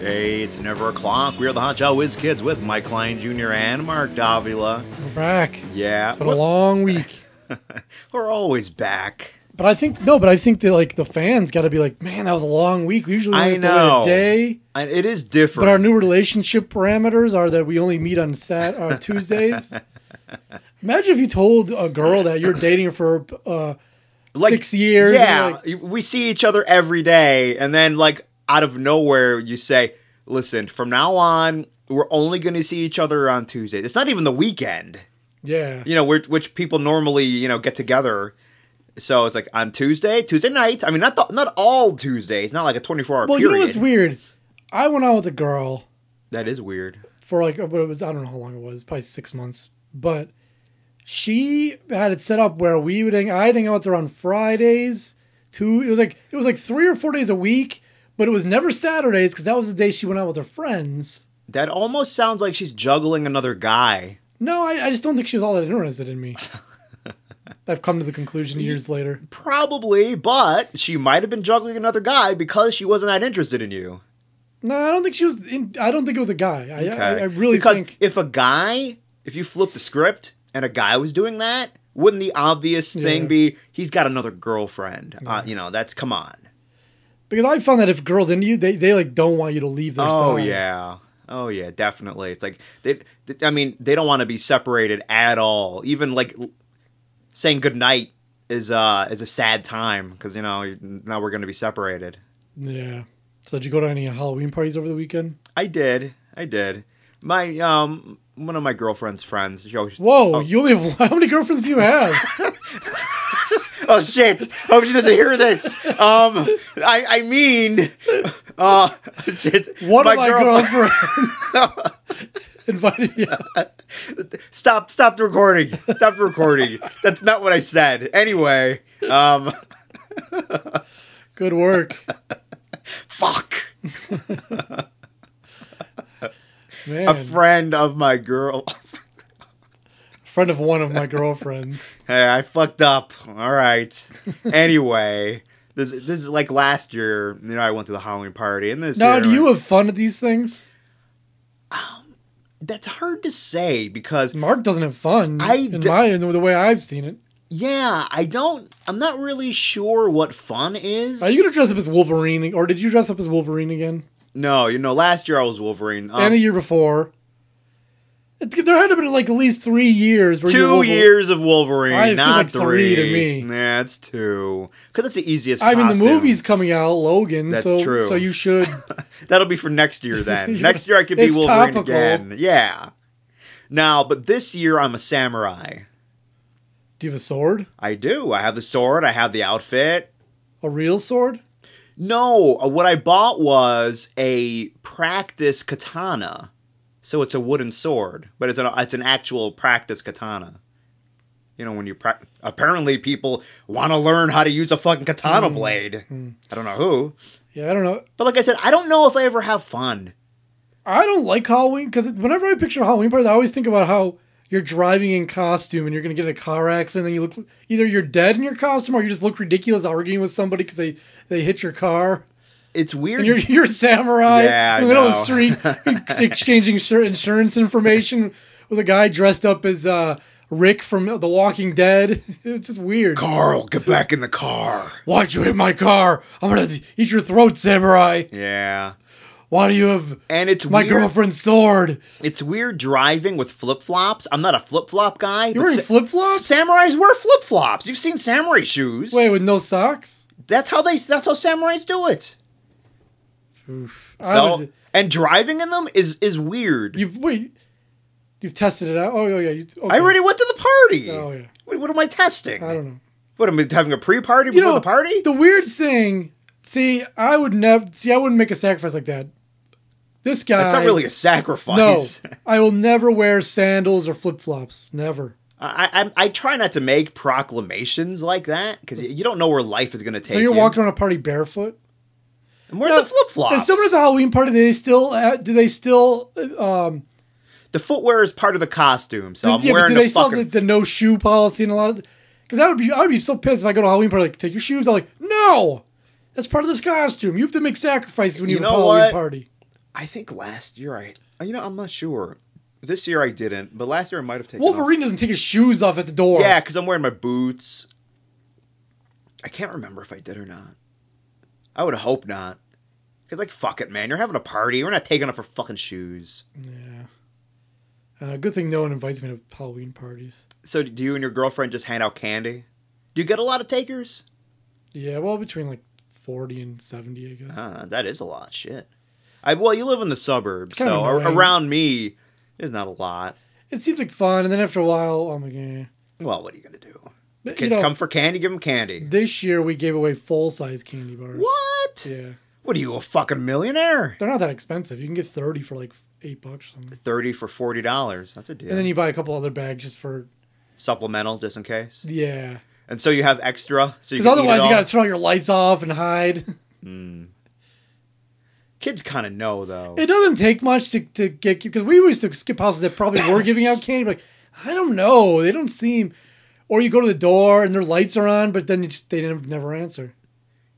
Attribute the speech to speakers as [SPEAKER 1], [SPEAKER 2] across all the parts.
[SPEAKER 1] Hey, it's never o'clock. We are the Hot Shot Whiz Kids with Mike Klein Jr. and Mark Davila.
[SPEAKER 2] We're back.
[SPEAKER 1] Yeah,
[SPEAKER 2] It's been a long week.
[SPEAKER 1] we're always back.
[SPEAKER 2] But I think no, but I think that like the fans got to be like, man, that was a long week. We usually
[SPEAKER 1] I
[SPEAKER 2] only have to
[SPEAKER 1] know.
[SPEAKER 2] wait a day.
[SPEAKER 1] And it is different.
[SPEAKER 2] But our new relationship parameters are that we only meet on Sat on Tuesdays. Imagine if you told a girl that you're dating her for uh, six years. and you're
[SPEAKER 1] Yeah,
[SPEAKER 2] like,
[SPEAKER 1] we see each other every day, and then like out of nowhere, you say, "Listen, from now on, we're only going to see each other on Tuesdays. It's not even the weekend."
[SPEAKER 2] yeah.
[SPEAKER 1] you know, which, which people normally, you know, get together. So it's like on Tuesday, Tuesday night. I mean, not the, not all Tuesdays, not like a 24 hour
[SPEAKER 2] Well,
[SPEAKER 1] period.
[SPEAKER 2] you know what's weird? I went out with a girl
[SPEAKER 1] That is weird.
[SPEAKER 2] for like what it was I don't know how long it was, probably six months. But she had it set up where we would hang I'd hang out there on Fridays, two it was like it was like three or four days a week, but it was never Saturdays because that was the day she went out with her friends.
[SPEAKER 1] That almost sounds like she's juggling another guy.
[SPEAKER 2] No, I, I just don't think she was all that interested in me. I've come to the conclusion years later.
[SPEAKER 1] Probably, but she might have been juggling another guy because she wasn't that interested in you.
[SPEAKER 2] No, I don't think she was in I don't think it was a guy. I, I, I really
[SPEAKER 1] because
[SPEAKER 2] think
[SPEAKER 1] if a guy, if you flip the script and a guy was doing that, wouldn't the obvious thing
[SPEAKER 2] Yeah.
[SPEAKER 1] be he's got another girlfriend? Uh, you know, that's come on.
[SPEAKER 2] because I found that if girls into you, they, they like don't want you to leave their
[SPEAKER 1] Oh
[SPEAKER 2] side.
[SPEAKER 1] yeah. Oh yeah, definitely. It's like they, th- I mean, they don't want to be separated at all. Even like l- saying goodnight is uh is a sad time because you know you- now we're going to be separated.
[SPEAKER 2] Yeah. So did you go to any Halloween parties over the weekend?
[SPEAKER 1] I did. I did. My um one of my girlfriend's friends. She always,
[SPEAKER 2] Whoa,
[SPEAKER 1] Oh.
[SPEAKER 2] you only have how many girlfriends do you have?
[SPEAKER 1] oh shit! Hope she doesn't hear this. Um, I I mean, uh, shit.
[SPEAKER 2] One of my
[SPEAKER 1] girl-
[SPEAKER 2] girlfriends invited you.
[SPEAKER 1] stop stop the recording stop the recording that's not what i said anyway um
[SPEAKER 2] Good work,
[SPEAKER 1] fuck
[SPEAKER 2] man.
[SPEAKER 1] a friend of my girl
[SPEAKER 2] friend of one of my girlfriends.
[SPEAKER 1] hey i fucked up all right anyway this this is like last year you know i went to the halloween party and this
[SPEAKER 2] Now,
[SPEAKER 1] year,
[SPEAKER 2] do you have fun at these things?
[SPEAKER 1] that's hard to say because
[SPEAKER 2] Mark doesn't have fun.
[SPEAKER 1] I
[SPEAKER 2] in
[SPEAKER 1] d-
[SPEAKER 2] my in the way I've seen it.
[SPEAKER 1] yeah i don't i'm not really sure what fun is
[SPEAKER 2] Are you gonna dress up as Wolverine, or did you dress up as Wolverine again?
[SPEAKER 1] no you know last year i was wolverine um,
[SPEAKER 2] and the year before, it, there had to been like at least three years. Where you're
[SPEAKER 1] Two
[SPEAKER 2] Wolver-
[SPEAKER 1] years of Wolverine,
[SPEAKER 2] Why, it feels
[SPEAKER 1] not
[SPEAKER 2] like
[SPEAKER 1] three.
[SPEAKER 2] three to me.
[SPEAKER 1] Nah, it's two. Because that's the easiest.
[SPEAKER 2] I mean, the
[SPEAKER 1] costume.
[SPEAKER 2] movie's coming out, Logan.
[SPEAKER 1] That's
[SPEAKER 2] so,
[SPEAKER 1] true.
[SPEAKER 2] so you should.
[SPEAKER 1] That'll be for next year then.
[SPEAKER 2] You're-
[SPEAKER 1] next year I could be
[SPEAKER 2] it's
[SPEAKER 1] Wolverine
[SPEAKER 2] topical.
[SPEAKER 1] again. Yeah. Now, but this year I'm a samurai.
[SPEAKER 2] do you have a sword?
[SPEAKER 1] I do. I have the sword. I have the outfit.
[SPEAKER 2] A real sword?
[SPEAKER 1] No, uh, what I bought was a practice katana. So it's a wooden sword, but it's an it's an actual practice katana. You know when you pra- apparently people want to learn how to use a fucking katana
[SPEAKER 2] Mm-hmm.
[SPEAKER 1] blade. I don't know who,
[SPEAKER 2] Yeah, I don't know.
[SPEAKER 1] but like I said, I don't know if I ever have fun.
[SPEAKER 2] I don't like Halloween because whenever I picture Halloween parties, I always think about how you're driving in costume and you're going to get in a car accident. And you look either you're dead in your costume or you just look ridiculous arguing with somebody because they they hit your car.
[SPEAKER 1] It's weird.
[SPEAKER 2] And you're you're a samurai
[SPEAKER 1] Yeah, I
[SPEAKER 2] in the middle of the
[SPEAKER 1] know.
[SPEAKER 2] street ex- exchanging insur- insurance information with a guy dressed up as uh, Rick from The Walking Dead. It's just weird.
[SPEAKER 1] Carl, get back in the car.
[SPEAKER 2] Why'd you hit my car? I'm gonna eat your throat, samurai.
[SPEAKER 1] Yeah.
[SPEAKER 2] Why do you have
[SPEAKER 1] And it's
[SPEAKER 2] my
[SPEAKER 1] weird.
[SPEAKER 2] girlfriend's sword?
[SPEAKER 1] It's weird driving with flip flops. I'm not a flip flop guy.
[SPEAKER 2] You're wearing flip flops.
[SPEAKER 1] Samurais wear flip flops. You've seen samurai shoes.
[SPEAKER 2] Wait, with no socks.
[SPEAKER 1] That's how they. That's how samurais do it.
[SPEAKER 2] I
[SPEAKER 1] So
[SPEAKER 2] would,
[SPEAKER 1] and driving in them is is weird.
[SPEAKER 2] you've wait, you've tested it out. Oh yeah, yeah. You, okay.
[SPEAKER 1] I already went to the party.
[SPEAKER 2] Oh yeah.
[SPEAKER 1] What, what am I testing?
[SPEAKER 2] I don't know.
[SPEAKER 1] What am I having a pre-party
[SPEAKER 2] You
[SPEAKER 1] before
[SPEAKER 2] know
[SPEAKER 1] the party?
[SPEAKER 2] The weird thing. See, I would never. See, I wouldn't make a sacrifice like that. This guy.
[SPEAKER 1] That's not really a sacrifice.
[SPEAKER 2] No, I will never wear sandals or flip flops. Never.
[SPEAKER 1] I, I I try not to make proclamations like that because you don't know where life is going to take.
[SPEAKER 2] So you're
[SPEAKER 1] you.
[SPEAKER 2] walking around a party barefoot.
[SPEAKER 1] And where are
[SPEAKER 2] No,
[SPEAKER 1] the flip
[SPEAKER 2] If
[SPEAKER 1] flops?
[SPEAKER 2] someone at the Halloween party, do they still uh, do they still um
[SPEAKER 1] The footwear is part of the costume, so I'm
[SPEAKER 2] yeah, but
[SPEAKER 1] wearing
[SPEAKER 2] do they
[SPEAKER 1] a
[SPEAKER 2] still have
[SPEAKER 1] fucking.
[SPEAKER 2] the, the no shoe policy and a lot of because I would be I would be so pissed if I go to a Halloween party like take your shoes. I'm like no, that's part of this costume. You have to make sacrifices when
[SPEAKER 1] You
[SPEAKER 2] you, have a
[SPEAKER 1] know
[SPEAKER 2] Halloween
[SPEAKER 1] what?
[SPEAKER 2] party.
[SPEAKER 1] I think last year I, you know, I'm not sure. This year I didn't, but last year I might have taken. off.
[SPEAKER 2] Wolverine doesn't take his shoes off at the door.
[SPEAKER 1] Yeah, because I'm wearing my boots. I can't remember if I did or not. I would hope not. Cause like fuck it, man. You're having a party. We're not taking off our fucking shoes.
[SPEAKER 2] Yeah. Uh, good thing no one invites me to Halloween parties.
[SPEAKER 1] So do you and your girlfriend just hand out candy? Do you get a lot of takers?
[SPEAKER 2] Yeah, well, between like 40 and 70, I guess.
[SPEAKER 1] Ah, that is a lot. Shit. I well, you live in the suburbs,
[SPEAKER 2] kinda
[SPEAKER 1] so ar-
[SPEAKER 2] annoying.
[SPEAKER 1] around me, there's not a lot.
[SPEAKER 2] It seems like fun, and then after a while, I'm like, eh.
[SPEAKER 1] Well, what are you gonna do?
[SPEAKER 2] But, you
[SPEAKER 1] Kids
[SPEAKER 2] know,
[SPEAKER 1] come for candy, give them candy.
[SPEAKER 2] This year, we gave away full size candy bars.
[SPEAKER 1] What?
[SPEAKER 2] Yeah.
[SPEAKER 1] What are you, a fucking millionaire?
[SPEAKER 2] They're not that expensive. You can get 30 for like 8 bucks or something.
[SPEAKER 1] Thirty for forty dollars. That's a deal.
[SPEAKER 2] And then you buy a couple other bags just for,
[SPEAKER 1] Supplemental, just in case.
[SPEAKER 2] yeah.
[SPEAKER 1] And so you have extra. So you can
[SPEAKER 2] Because otherwise, you
[SPEAKER 1] got
[SPEAKER 2] got to turn all your lights off and hide.
[SPEAKER 1] Hmm. kids kind of know though.
[SPEAKER 2] It doesn't take much to, to get you because we used to skip houses that probably were giving out candy. But like, I don't know, they don't seem. Or you go to the door and their lights are on, but then you just, they never, never answer.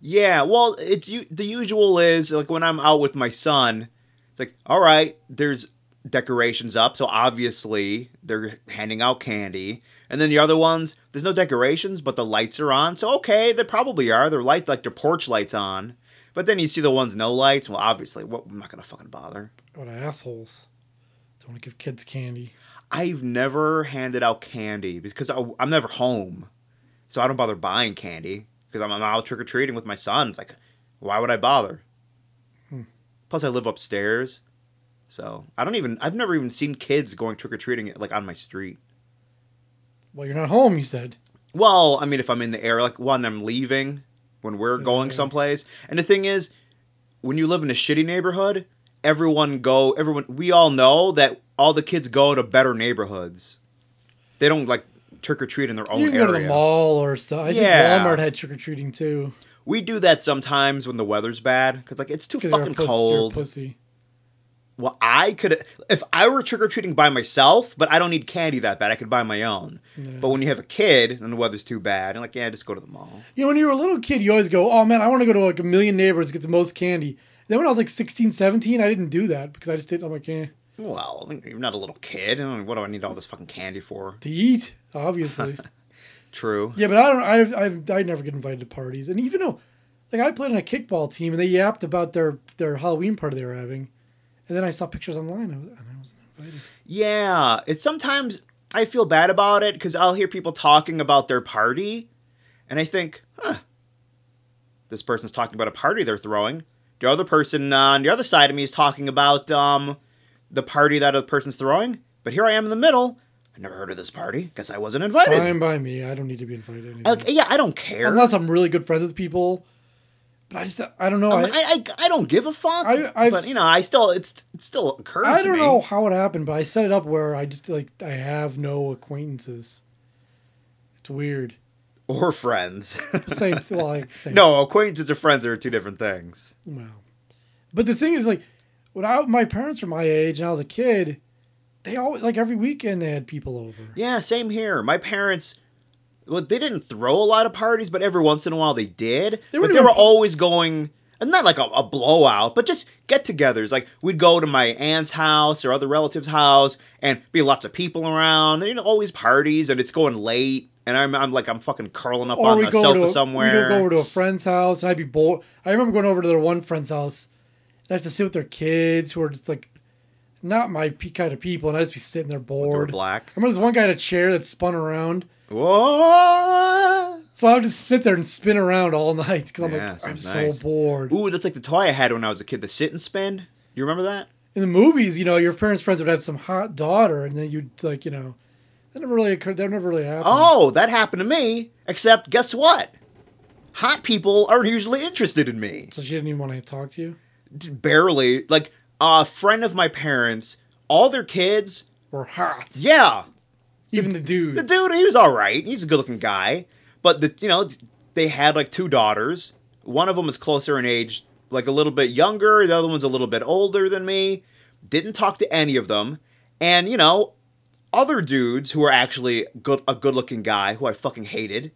[SPEAKER 1] yeah, well, it's you. The usual is like when I'm out with my son. It's like, all right, there's decorations up, so obviously they're handing out candy. And then the other ones, there's no decorations, but the lights are on. So okay, they probably are. Their light, like their porch lights on. But then you see the ones no lights. Well, obviously, what, I'm not gonna fucking bother.
[SPEAKER 2] What Oh, assholes! Don't want to give kids candy.
[SPEAKER 1] I've never handed out candy because I, I'm never home, so I don't bother buying candy because I'm, I'm out trick or treating with my sons. Like, why would I bother? Plus, I live upstairs, so I don't even. I've never even seen kids going trick or treating like on my street.
[SPEAKER 2] Well, you're not home, you said.
[SPEAKER 1] Well, I mean, if I'm in the air, like when I'm leaving, when we're going
[SPEAKER 2] Yeah.
[SPEAKER 1] someplace, and the thing is, when you live in a shitty neighborhood, everyone go, everyone, we all know that all the kids go to better neighborhoods. They don't like trick or treat in their own
[SPEAKER 2] you can
[SPEAKER 1] Oh, area.
[SPEAKER 2] go to the mall or stuff. I
[SPEAKER 1] Yeah.
[SPEAKER 2] think Walmart had trick or treating too.
[SPEAKER 1] We do that sometimes when the weather's bad because like it's too
[SPEAKER 2] 'cause you're a
[SPEAKER 1] fucking
[SPEAKER 2] puss- you're a
[SPEAKER 1] cold.
[SPEAKER 2] pussy.
[SPEAKER 1] Well, I could if I were trick or treating by myself, but I don't need candy that bad. I could buy my own.
[SPEAKER 2] Yeah.
[SPEAKER 1] But when you have a kid and the weather's too bad, and like yeah, just go to the mall.
[SPEAKER 2] You know, when you were a little kid, you always go, oh man, I want to go to like a million neighbors, get the most candy. Then when I was like 16, 17, I didn't do that because I just didn't. I'm like, eh,
[SPEAKER 1] Well, I mean, you're not a little kid. I mean, what do I need all this fucking candy for?
[SPEAKER 2] to eat, obviously.
[SPEAKER 1] True.
[SPEAKER 2] Yeah, but I don't. I've, I've I never get invited to parties, and even though, like, I played on a kickball team, and they yapped about their their Halloween party they were having, and then I saw pictures online, I was, and I was invited.
[SPEAKER 1] Yeah, it's sometimes I feel bad about it because I'll hear people talking about their party, and I think, huh, this person's talking about a party they're throwing. The other person uh, on the other side of me is talking about um, the party that other person's throwing, but here I am in the middle. I never heard of this party because I wasn't invited.
[SPEAKER 2] Fine by me. I don't need to be invited. Anyway.
[SPEAKER 1] Like, yeah, I don't care.
[SPEAKER 2] Unless I'm really good friends with people, but I just I don't know.
[SPEAKER 1] Um,
[SPEAKER 2] I,
[SPEAKER 1] I, I I don't give a fuck.
[SPEAKER 2] I- I've
[SPEAKER 1] but you know, I still it's it still occurs.
[SPEAKER 2] I
[SPEAKER 1] to
[SPEAKER 2] don't
[SPEAKER 1] me.
[SPEAKER 2] know how it happened, but I set it up where I just like I have no acquaintances. It's weird.
[SPEAKER 1] or friends.
[SPEAKER 2] Same. well, I, same.
[SPEAKER 1] no, acquaintances or friends are two different things.
[SPEAKER 2] Wow. But the thing is, like, when I, my parents were my age and I was a kid, they always, like, every weekend they had people over.
[SPEAKER 1] Yeah, same here. My parents, well, they didn't throw a lot of parties, but every once in a while they did.
[SPEAKER 2] They
[SPEAKER 1] but
[SPEAKER 2] wouldn't
[SPEAKER 1] they were
[SPEAKER 2] even-
[SPEAKER 1] always going, and not like a, a blowout, but just get-togethers. Like we'd go to my aunt's house or other relatives' house, and be lots of people around. You know, always parties, and it's going late. And I'm, I'm like I'm fucking curling up on the sofa
[SPEAKER 2] to
[SPEAKER 1] somewhere.
[SPEAKER 2] we go over to a friend's house and I'd be bored. I remember going over to their one friend's house and I have to sit with their kids who are just like not my pe- kind of people, and I'd just be sitting there
[SPEAKER 1] They were
[SPEAKER 2] bored. I
[SPEAKER 1] black.
[SPEAKER 2] remember this one guy had a chair that spun around,
[SPEAKER 1] Whoa!
[SPEAKER 2] so I would just sit there and spin around all night because I'm
[SPEAKER 1] Yeah,
[SPEAKER 2] like, I'm
[SPEAKER 1] sounds nice.
[SPEAKER 2] so bored.
[SPEAKER 1] Ooh, that's like the toy I had when I was a kid, the sit and spin. You remember that?
[SPEAKER 2] in the movies, you know, your parents' friends would have some hot daughter, and then you'd like, you know, that never really occurred. That never really happened.
[SPEAKER 1] Oh, that happened to me. Except, guess what? Hot people aren't usually interested in me.
[SPEAKER 2] so she didn't even want to talk to you.
[SPEAKER 1] Barely. Like, a friend of my parents, all their kids,
[SPEAKER 2] Were hot.
[SPEAKER 1] yeah,
[SPEAKER 2] Even the dude.
[SPEAKER 1] the dude he was all right. He's a good-looking guy, but the you know they had like two daughters. One of them was closer in age, like a little bit younger. The other one's a little bit older than me. Didn't talk to any of them, and you know other dudes who were actually good a good-looking guy who I fucking hated.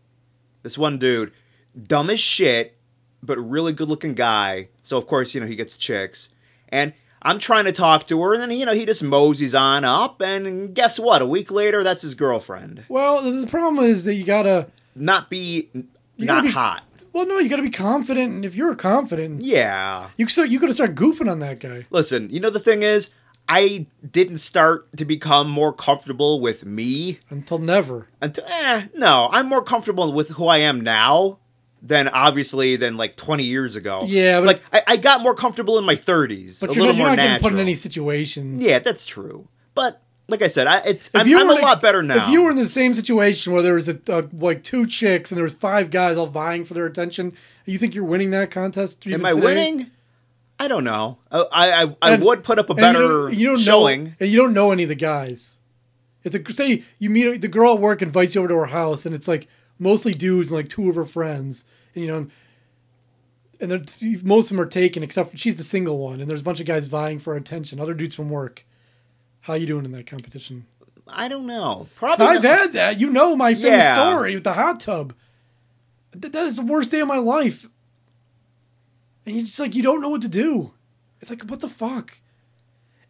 [SPEAKER 1] This one dude, dumb as shit, but really good-looking guy. So of course you know he gets chicks, and. I'm trying to talk to her, and then you know he just moseys on up, and guess what? A week later, that's his girlfriend
[SPEAKER 2] Well, the the problem is that you gotta.
[SPEAKER 1] not be n-
[SPEAKER 2] gotta
[SPEAKER 1] not
[SPEAKER 2] be-
[SPEAKER 1] hot.
[SPEAKER 2] Well, no, you gotta be confident, and if you're confident,
[SPEAKER 1] Yeah.
[SPEAKER 2] you start, you gotta start goofing on that guy.
[SPEAKER 1] Listen, you know the thing is, I didn't start to become more comfortable with me
[SPEAKER 2] Until never.
[SPEAKER 1] until eh, no, I'm more comfortable with who I am now than obviously than like 20 years ago.
[SPEAKER 2] Yeah, but-
[SPEAKER 1] like I, I got more comfortable in my 30s,
[SPEAKER 2] But
[SPEAKER 1] a
[SPEAKER 2] you're
[SPEAKER 1] little
[SPEAKER 2] not, you're
[SPEAKER 1] more
[SPEAKER 2] not getting put in
[SPEAKER 1] natural.
[SPEAKER 2] any situations.
[SPEAKER 1] Yeah, that's true. But like I said, I it's I'm,
[SPEAKER 2] you
[SPEAKER 1] I'm
[SPEAKER 2] were
[SPEAKER 1] a
[SPEAKER 2] in
[SPEAKER 1] lot better now.
[SPEAKER 2] If you were in the same situation where there was a, uh, like two chicks and there was five guys all vying for their attention, you think you're winning that contest? even
[SPEAKER 1] am I
[SPEAKER 2] today?
[SPEAKER 1] winning? I don't know. I I, I, I
[SPEAKER 2] And-
[SPEAKER 1] would put up a
[SPEAKER 2] And you
[SPEAKER 1] better
[SPEAKER 2] don't- you don't
[SPEAKER 1] showing.
[SPEAKER 2] Know, and you don't know any of the guys. It's a say you meet the girl at work invites you over to her house, and it's like mostly dudes and like two of her friends, and you know, and they're- most of them are taken except for, she's the single one, and there's a bunch of guys vying for her attention, other dudes from work. How you doing in that competition?
[SPEAKER 1] I don't know. Probably
[SPEAKER 2] I've
[SPEAKER 1] not-
[SPEAKER 2] had that. You know my famous
[SPEAKER 1] Yeah.
[SPEAKER 2] story with the hot tub. Th- that is the worst day of my life. And you just like you don't know what to do. It's like what the fuck.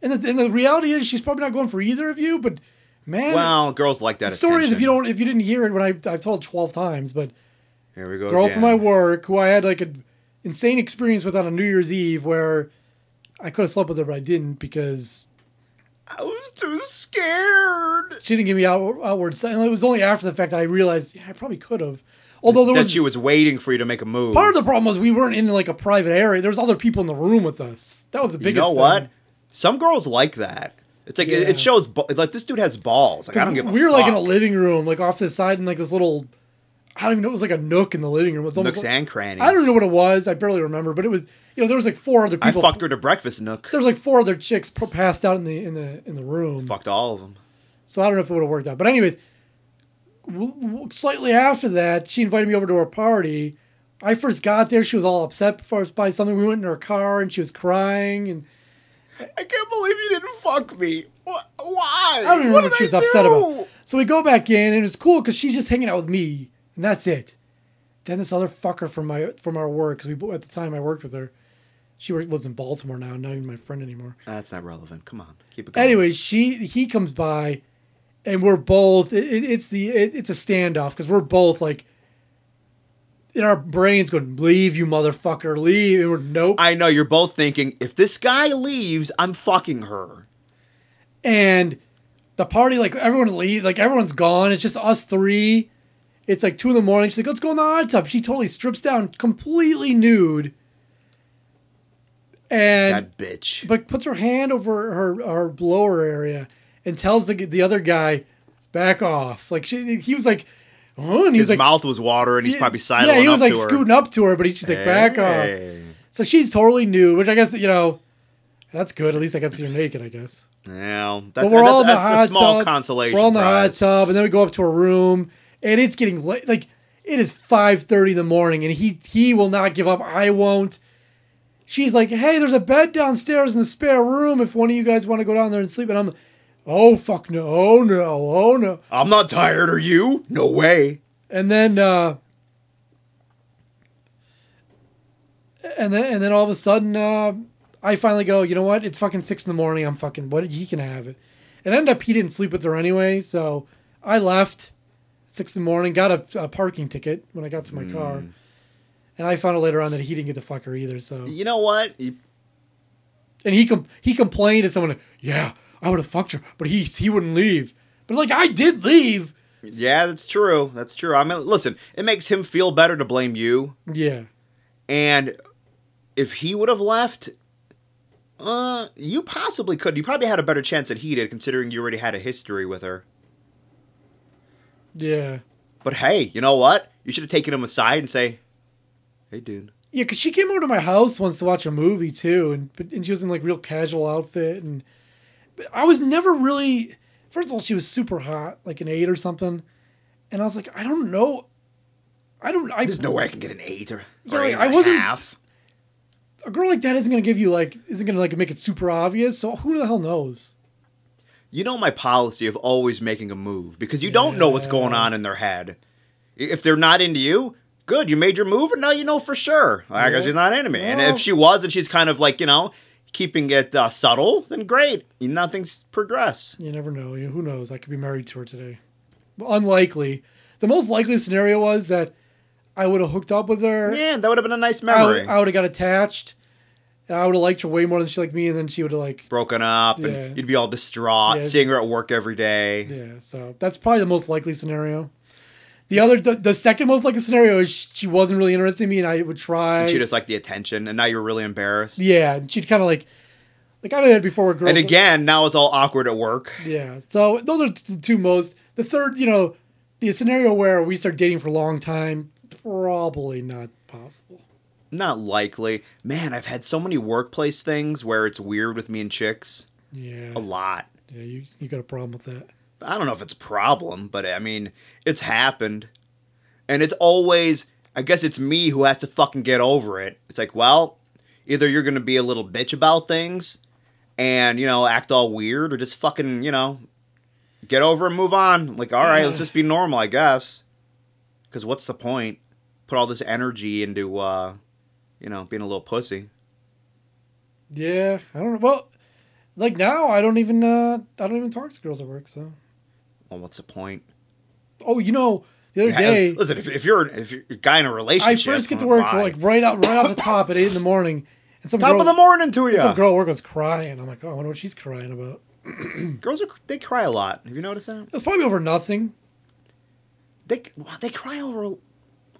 [SPEAKER 2] And the, and the reality is she's probably not going for either of you. But man,
[SPEAKER 1] Well, girls like that.
[SPEAKER 2] the story is if
[SPEAKER 1] attention.
[SPEAKER 2] you don't if you didn't hear it when I I've told twelve times, but
[SPEAKER 1] Here we go.
[SPEAKER 2] girl
[SPEAKER 1] again.
[SPEAKER 2] from my work who I had like an insane experience with on a New Year's Eve where I could have slept with her but I didn't because
[SPEAKER 1] I was too scared.
[SPEAKER 2] She didn't give me out, outward sign. It was only after the fact that I realized yeah, I probably could have. Although there
[SPEAKER 1] that
[SPEAKER 2] was
[SPEAKER 1] she was waiting for you to make a move.
[SPEAKER 2] part of the problem was we weren't in like a private area. There was other people in the room with us. That was the
[SPEAKER 1] you
[SPEAKER 2] biggest.
[SPEAKER 1] know
[SPEAKER 2] thing.
[SPEAKER 1] what? Some girls like that. It's like it,
[SPEAKER 2] Yeah.
[SPEAKER 1] it shows. ba- it's Like this dude has balls. Like I don't give. a
[SPEAKER 2] we were like in a
[SPEAKER 1] fuck.
[SPEAKER 2] living room, like off to the side, in like this little. I don't even know. It was like a nook in the living room. It was almost.
[SPEAKER 1] Nooks
[SPEAKER 2] like-
[SPEAKER 1] and crannies.
[SPEAKER 2] I don't know what it was. I barely remember, but it was. You know, there was like four other
[SPEAKER 1] I
[SPEAKER 2] people.
[SPEAKER 1] fucked her to breakfast nook.
[SPEAKER 2] There was like four other chicks pro- passed out in the in the in the room.
[SPEAKER 1] Fucked all of them.
[SPEAKER 2] So I don't know if it would have worked out. But anyways, w- w- slightly after that, she invited me over to her party. I first got there, she was all upset for, by something. We went in her car and she was crying, and
[SPEAKER 1] I can't believe you didn't fuck me. Why?
[SPEAKER 2] I don't even know what she was upset about. So we go back in, and it's cool because she's just hanging out with me, and that's it. Then this other fucker from my from our work, because we bo- at the time I worked with her, she worked, lives in Baltimore now, not even my friend anymore.
[SPEAKER 1] That's not relevant. Come on, keep it going.
[SPEAKER 2] Anyway, she he comes by, and we're both. It, it- it's the it, it's a standoff because we're both like in our brains going, "Leave you motherfucker, leave." And we're nope.
[SPEAKER 1] I know you're both thinking if this guy leaves, I'm fucking her.
[SPEAKER 2] and the party like everyone leave, like everyone's gone. It's just us three. It's like two in the morning. She's like, "Let's go in the hot tub." She totally strips down, completely nude, and
[SPEAKER 1] That bitch.
[SPEAKER 2] but puts her hand over her, her blower area and tells the the other guy, "Back off!" Like she, he was like, "Oh," and he
[SPEAKER 1] His
[SPEAKER 2] was like,
[SPEAKER 1] mouth was watering. He's probably silent.
[SPEAKER 2] Yeah, he was
[SPEAKER 1] up
[SPEAKER 2] like
[SPEAKER 1] to her.
[SPEAKER 2] scooting up to her, but he's just like, "Back off!"
[SPEAKER 1] Hey.
[SPEAKER 2] So she's totally nude, which I guess you know, that's good. At least I got to see her naked, I guess.
[SPEAKER 1] Well,
[SPEAKER 2] But
[SPEAKER 1] that's,
[SPEAKER 2] we're
[SPEAKER 1] that's,
[SPEAKER 2] all in the
[SPEAKER 1] that's
[SPEAKER 2] hot
[SPEAKER 1] a small
[SPEAKER 2] tub.
[SPEAKER 1] consolation.
[SPEAKER 2] We're all in the hot
[SPEAKER 1] prize.
[SPEAKER 2] tub, and then we go up to her room, and it's getting late. Like it is five thirty in the morning, and he he will not give up. I won't. She's like, "Hey, there's a bed downstairs in the spare room. If one of you guys want to go down there and sleep," and I'm, "Oh fuck no, oh no, oh no."
[SPEAKER 1] I'm not tired, are you? No way.
[SPEAKER 2] And then, uh, and then and then all of a sudden, uh, I finally go, "You know what? It's fucking six in the morning. I'm fucking what? He can have it." And end up he didn't sleep with her anyway, so I left at six in the morning, got a, a parking ticket when I got to my car, and I found out later on that he didn't get to fuck her either. So
[SPEAKER 1] You know what? You-
[SPEAKER 2] and he com- he complained to someone, "Yeah, I would have fucked her, but he he wouldn't leave." But like I did leave.
[SPEAKER 1] Yeah, that's true. That's true. I mean, listen, it makes him feel better to blame you.
[SPEAKER 2] Yeah.
[SPEAKER 1] And if he would have left, uh, you possibly could. You probably had a better chance than he did, considering you already had a history with her.
[SPEAKER 2] Yeah.
[SPEAKER 1] But hey, you know what? You should have taken him aside and say, "Hey, dude,
[SPEAKER 2] Yeah, because she came over to my house once to watch a movie too, and but- and she was in like real casual outfit, and but I was never really. First of all, she was super hot, like an eight or something, and I was like, I don't know, I don't. I,
[SPEAKER 1] There's no way I can get an eight or,
[SPEAKER 2] Yeah,
[SPEAKER 1] or
[SPEAKER 2] like,
[SPEAKER 1] eight and
[SPEAKER 2] I
[SPEAKER 1] a
[SPEAKER 2] wasn't-
[SPEAKER 1] half.
[SPEAKER 2] a girl like that isn't gonna give you like isn't gonna like make it super obvious. So who the hell knows?
[SPEAKER 1] You know my policy of always making a move because you don't know what's going on in their head. I- If they're not into you, good. You made your move, and now you know for sure. I guess
[SPEAKER 2] Yeah.
[SPEAKER 1] she's not into me. And
[SPEAKER 2] Well-
[SPEAKER 1] if she was, and she's kind of like you know keeping it uh, subtle, then great. Nothing's progress.
[SPEAKER 2] You never know. You who knows? I could be married to her today. Well, unlikely. The most likely scenario was that I would have hooked up with her.
[SPEAKER 1] Yeah, that would have been a nice
[SPEAKER 2] I
[SPEAKER 1] memory.
[SPEAKER 2] would have got attached, and I would have liked her way more than she liked me, and then she would have like
[SPEAKER 1] Broken up,
[SPEAKER 2] Yeah.
[SPEAKER 1] and you'd be all distraught,
[SPEAKER 2] Yeah.
[SPEAKER 1] seeing her at work every day.
[SPEAKER 2] yeah. So that's probably the most likely scenario. The other, the, the second most likely scenario is she wasn't really interested in me, and I would try.
[SPEAKER 1] And she just liked the attention, and now you're really embarrassed.
[SPEAKER 2] yeah, and she'd kind of like, like I've had it before. Where girls
[SPEAKER 1] And again, now it's all awkward at work.
[SPEAKER 2] Yeah. So those are the two most. The third, you know, the scenario where we start dating for a long time, probably not possible.
[SPEAKER 1] Not likely. Man, I've had so many workplace things where it's weird with me and chicks.
[SPEAKER 2] Yeah.
[SPEAKER 1] A lot.
[SPEAKER 2] Yeah, you, you got a problem with that.
[SPEAKER 1] I don't know if it's a problem, but I mean, it's happened. And it's always, I guess it's me who has to fucking get over it. It's like, well, either you're going to be a little bitch about things and, you know, act all weird or just fucking, you know, get over and move on. Like, all right, let's just be normal, I guess. Because what's the point? Put all this energy into, uh, you know, being a little pussy.
[SPEAKER 2] Yeah, I don't know. Well, like now, I don't even uh, I don't even talk to girls at work. So,
[SPEAKER 1] Well, what's the point?
[SPEAKER 2] oh, you know, the other
[SPEAKER 1] Yeah,
[SPEAKER 2] day,
[SPEAKER 1] listen, if, if you're if you're a guy in a
[SPEAKER 2] I
[SPEAKER 1] relationship,
[SPEAKER 2] first get to work
[SPEAKER 1] why?
[SPEAKER 2] like right out right off the top at eight in the morning, and some
[SPEAKER 1] top
[SPEAKER 2] girl,
[SPEAKER 1] of the morning to you.
[SPEAKER 2] some girl at work was crying. I'm like, oh, I wonder what she's crying about.
[SPEAKER 1] Girls are they cry a lot. Have you noticed that?
[SPEAKER 2] It was probably over nothing.
[SPEAKER 1] They wow, they cry over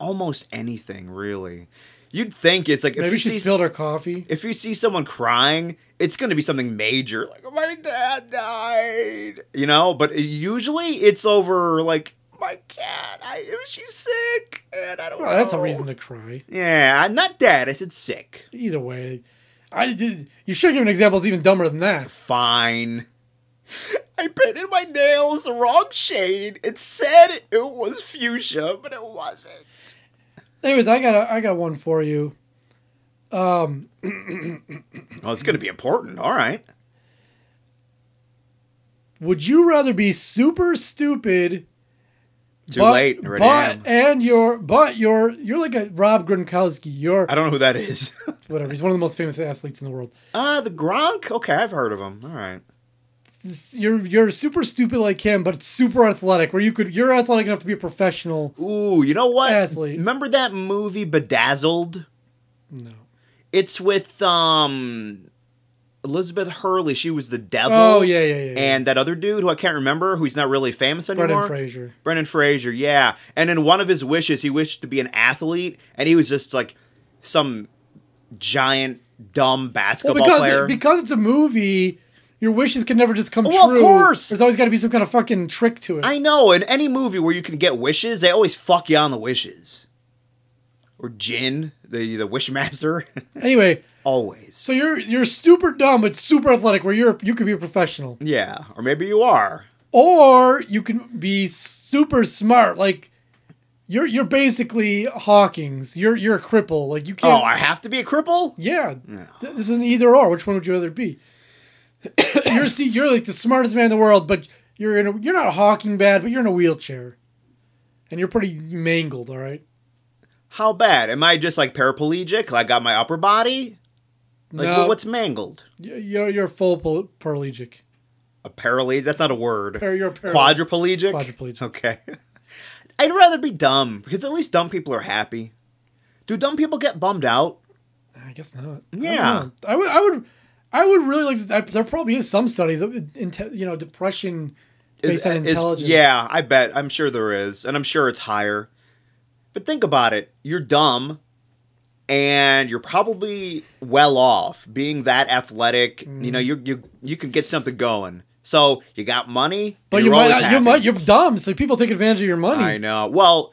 [SPEAKER 1] almost anything, really. You'd think it's like if
[SPEAKER 2] Maybe
[SPEAKER 1] you
[SPEAKER 2] she
[SPEAKER 1] see
[SPEAKER 2] spilled her coffee.
[SPEAKER 1] if you see someone crying, it's going to be something major, like my dad died, you know. But usually it's over like my cat. I she's sick, and I don't.
[SPEAKER 2] Well, that's a
[SPEAKER 1] know."
[SPEAKER 2] reason to cry.
[SPEAKER 1] Yeah, I'm not dead. I said sick.
[SPEAKER 2] Either way, I did. You should give an example that's even dumber than that.
[SPEAKER 1] Fine. I painted my nails the wrong shade. It said it was fuchsia, but it wasn't.
[SPEAKER 2] Anyways, I got a, I got one for you. Um,
[SPEAKER 1] Well, it's going to be important. All right.
[SPEAKER 2] would you rather be super stupid?
[SPEAKER 1] Too late. Already
[SPEAKER 2] but
[SPEAKER 1] am.
[SPEAKER 2] and you're but you're you're like a Rob Gronkowski. You're
[SPEAKER 1] I don't know who that is.
[SPEAKER 2] whatever. He's one of the most famous athletes in the world.
[SPEAKER 1] Ah, the Gronk. Okay, I've heard of him. All right.
[SPEAKER 2] You're you're super stupid like him, but super athletic. Where you could you're athletic enough to be a professional.
[SPEAKER 1] Ooh, you know what?
[SPEAKER 2] Athlete.
[SPEAKER 1] Remember that movie Bedazzled?
[SPEAKER 2] No.
[SPEAKER 1] It's with um Elizabeth Hurley. She was the devil.
[SPEAKER 2] Oh yeah yeah yeah. yeah.
[SPEAKER 1] And that other dude who I can't remember, who's not really famous anymore.
[SPEAKER 2] Brendan Fraser.
[SPEAKER 1] Brendan Fraser, yeah. And in one of his wishes, he wished to be an athlete, and he was just like some giant dumb
[SPEAKER 2] Well,
[SPEAKER 1] basketball
[SPEAKER 2] because
[SPEAKER 1] player.
[SPEAKER 2] because it's a movie, your wishes can never just come
[SPEAKER 1] Well, of
[SPEAKER 2] true.
[SPEAKER 1] course.
[SPEAKER 2] there's always got to be some kind of fucking trick to it.
[SPEAKER 1] I know. In any movie where you can get wishes, they always fuck you on the wishes. Or Jin, the the wishmaster,
[SPEAKER 2] anyway,
[SPEAKER 1] always.
[SPEAKER 2] so you're you're super dumb, but super athletic. Where you're you could be a professional,
[SPEAKER 1] Yeah, or maybe you are.
[SPEAKER 2] or you can be super smart. Like you're you're basically Hawking's. You're you're a cripple. Like you can't.
[SPEAKER 1] Oh, I have to be a cripple.
[SPEAKER 2] yeah. Th- this is an either or. Which one would you rather be? you're see, you're like the smartest man in the world, but you're in a, you're not hawking bad, but you're in a wheelchair, and you're pretty mangled. All right.
[SPEAKER 1] How bad? Am I just like paraplegic? Like I got my upper body? Like
[SPEAKER 2] no,
[SPEAKER 1] what's mangled?
[SPEAKER 2] you're you're you're full pal- paraplegic.
[SPEAKER 1] A paralegic? That's not a word.
[SPEAKER 2] Or you're a para-
[SPEAKER 1] Quadriplegic?
[SPEAKER 2] Quadriplegic.
[SPEAKER 1] Okay. I'd rather be dumb because at least dumb people are happy. Do dumb people get bummed out?
[SPEAKER 2] I guess not.
[SPEAKER 1] Yeah.
[SPEAKER 2] I, don't know. I would. I would. I would really like. To, I, there probably is some studies of inte- you know depression based on intelligence.
[SPEAKER 1] yeah, I bet. I'm sure there is, and I'm sure it's higher. But think about it. You're dumb, and you're probably well off. Being that athletic, you know,
[SPEAKER 2] Mm.
[SPEAKER 1] you you you can get something going. So you got money,
[SPEAKER 2] But
[SPEAKER 1] and
[SPEAKER 2] you
[SPEAKER 1] you're
[SPEAKER 2] might.
[SPEAKER 1] always
[SPEAKER 2] Not, you
[SPEAKER 1] happy.
[SPEAKER 2] might. You're dumb, so people take advantage of your money.
[SPEAKER 1] I know. Well,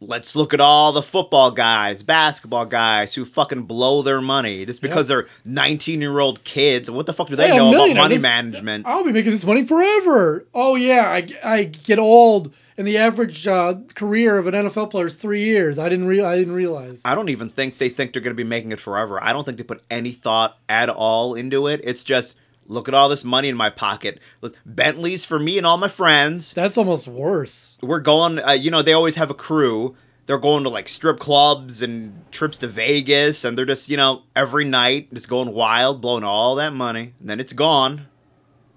[SPEAKER 1] let's look at all the football guys, basketball guys who fucking blow their money just because they're 19 year old kids. What the fuck do they
[SPEAKER 2] Hey, a
[SPEAKER 1] know about
[SPEAKER 2] millionaire,
[SPEAKER 1] money
[SPEAKER 2] this-
[SPEAKER 1] management?
[SPEAKER 2] I'll be making this money forever. Oh yeah, I, I get old, and the average uh, career of an NFL player is three years. I didn't real I didn't realize.
[SPEAKER 1] I don't even think they think they're going to be making it forever. I don't think they put any thought at all into it. It's just look at all this money in my pocket. Look, Bentleys for me and all my friends.
[SPEAKER 2] That's almost worse.
[SPEAKER 1] We're going. Uh, you know, they always have a crew. They're going to like strip clubs and trips to Vegas, and they're just you know every night just going wild, blowing all that money, and then it's gone.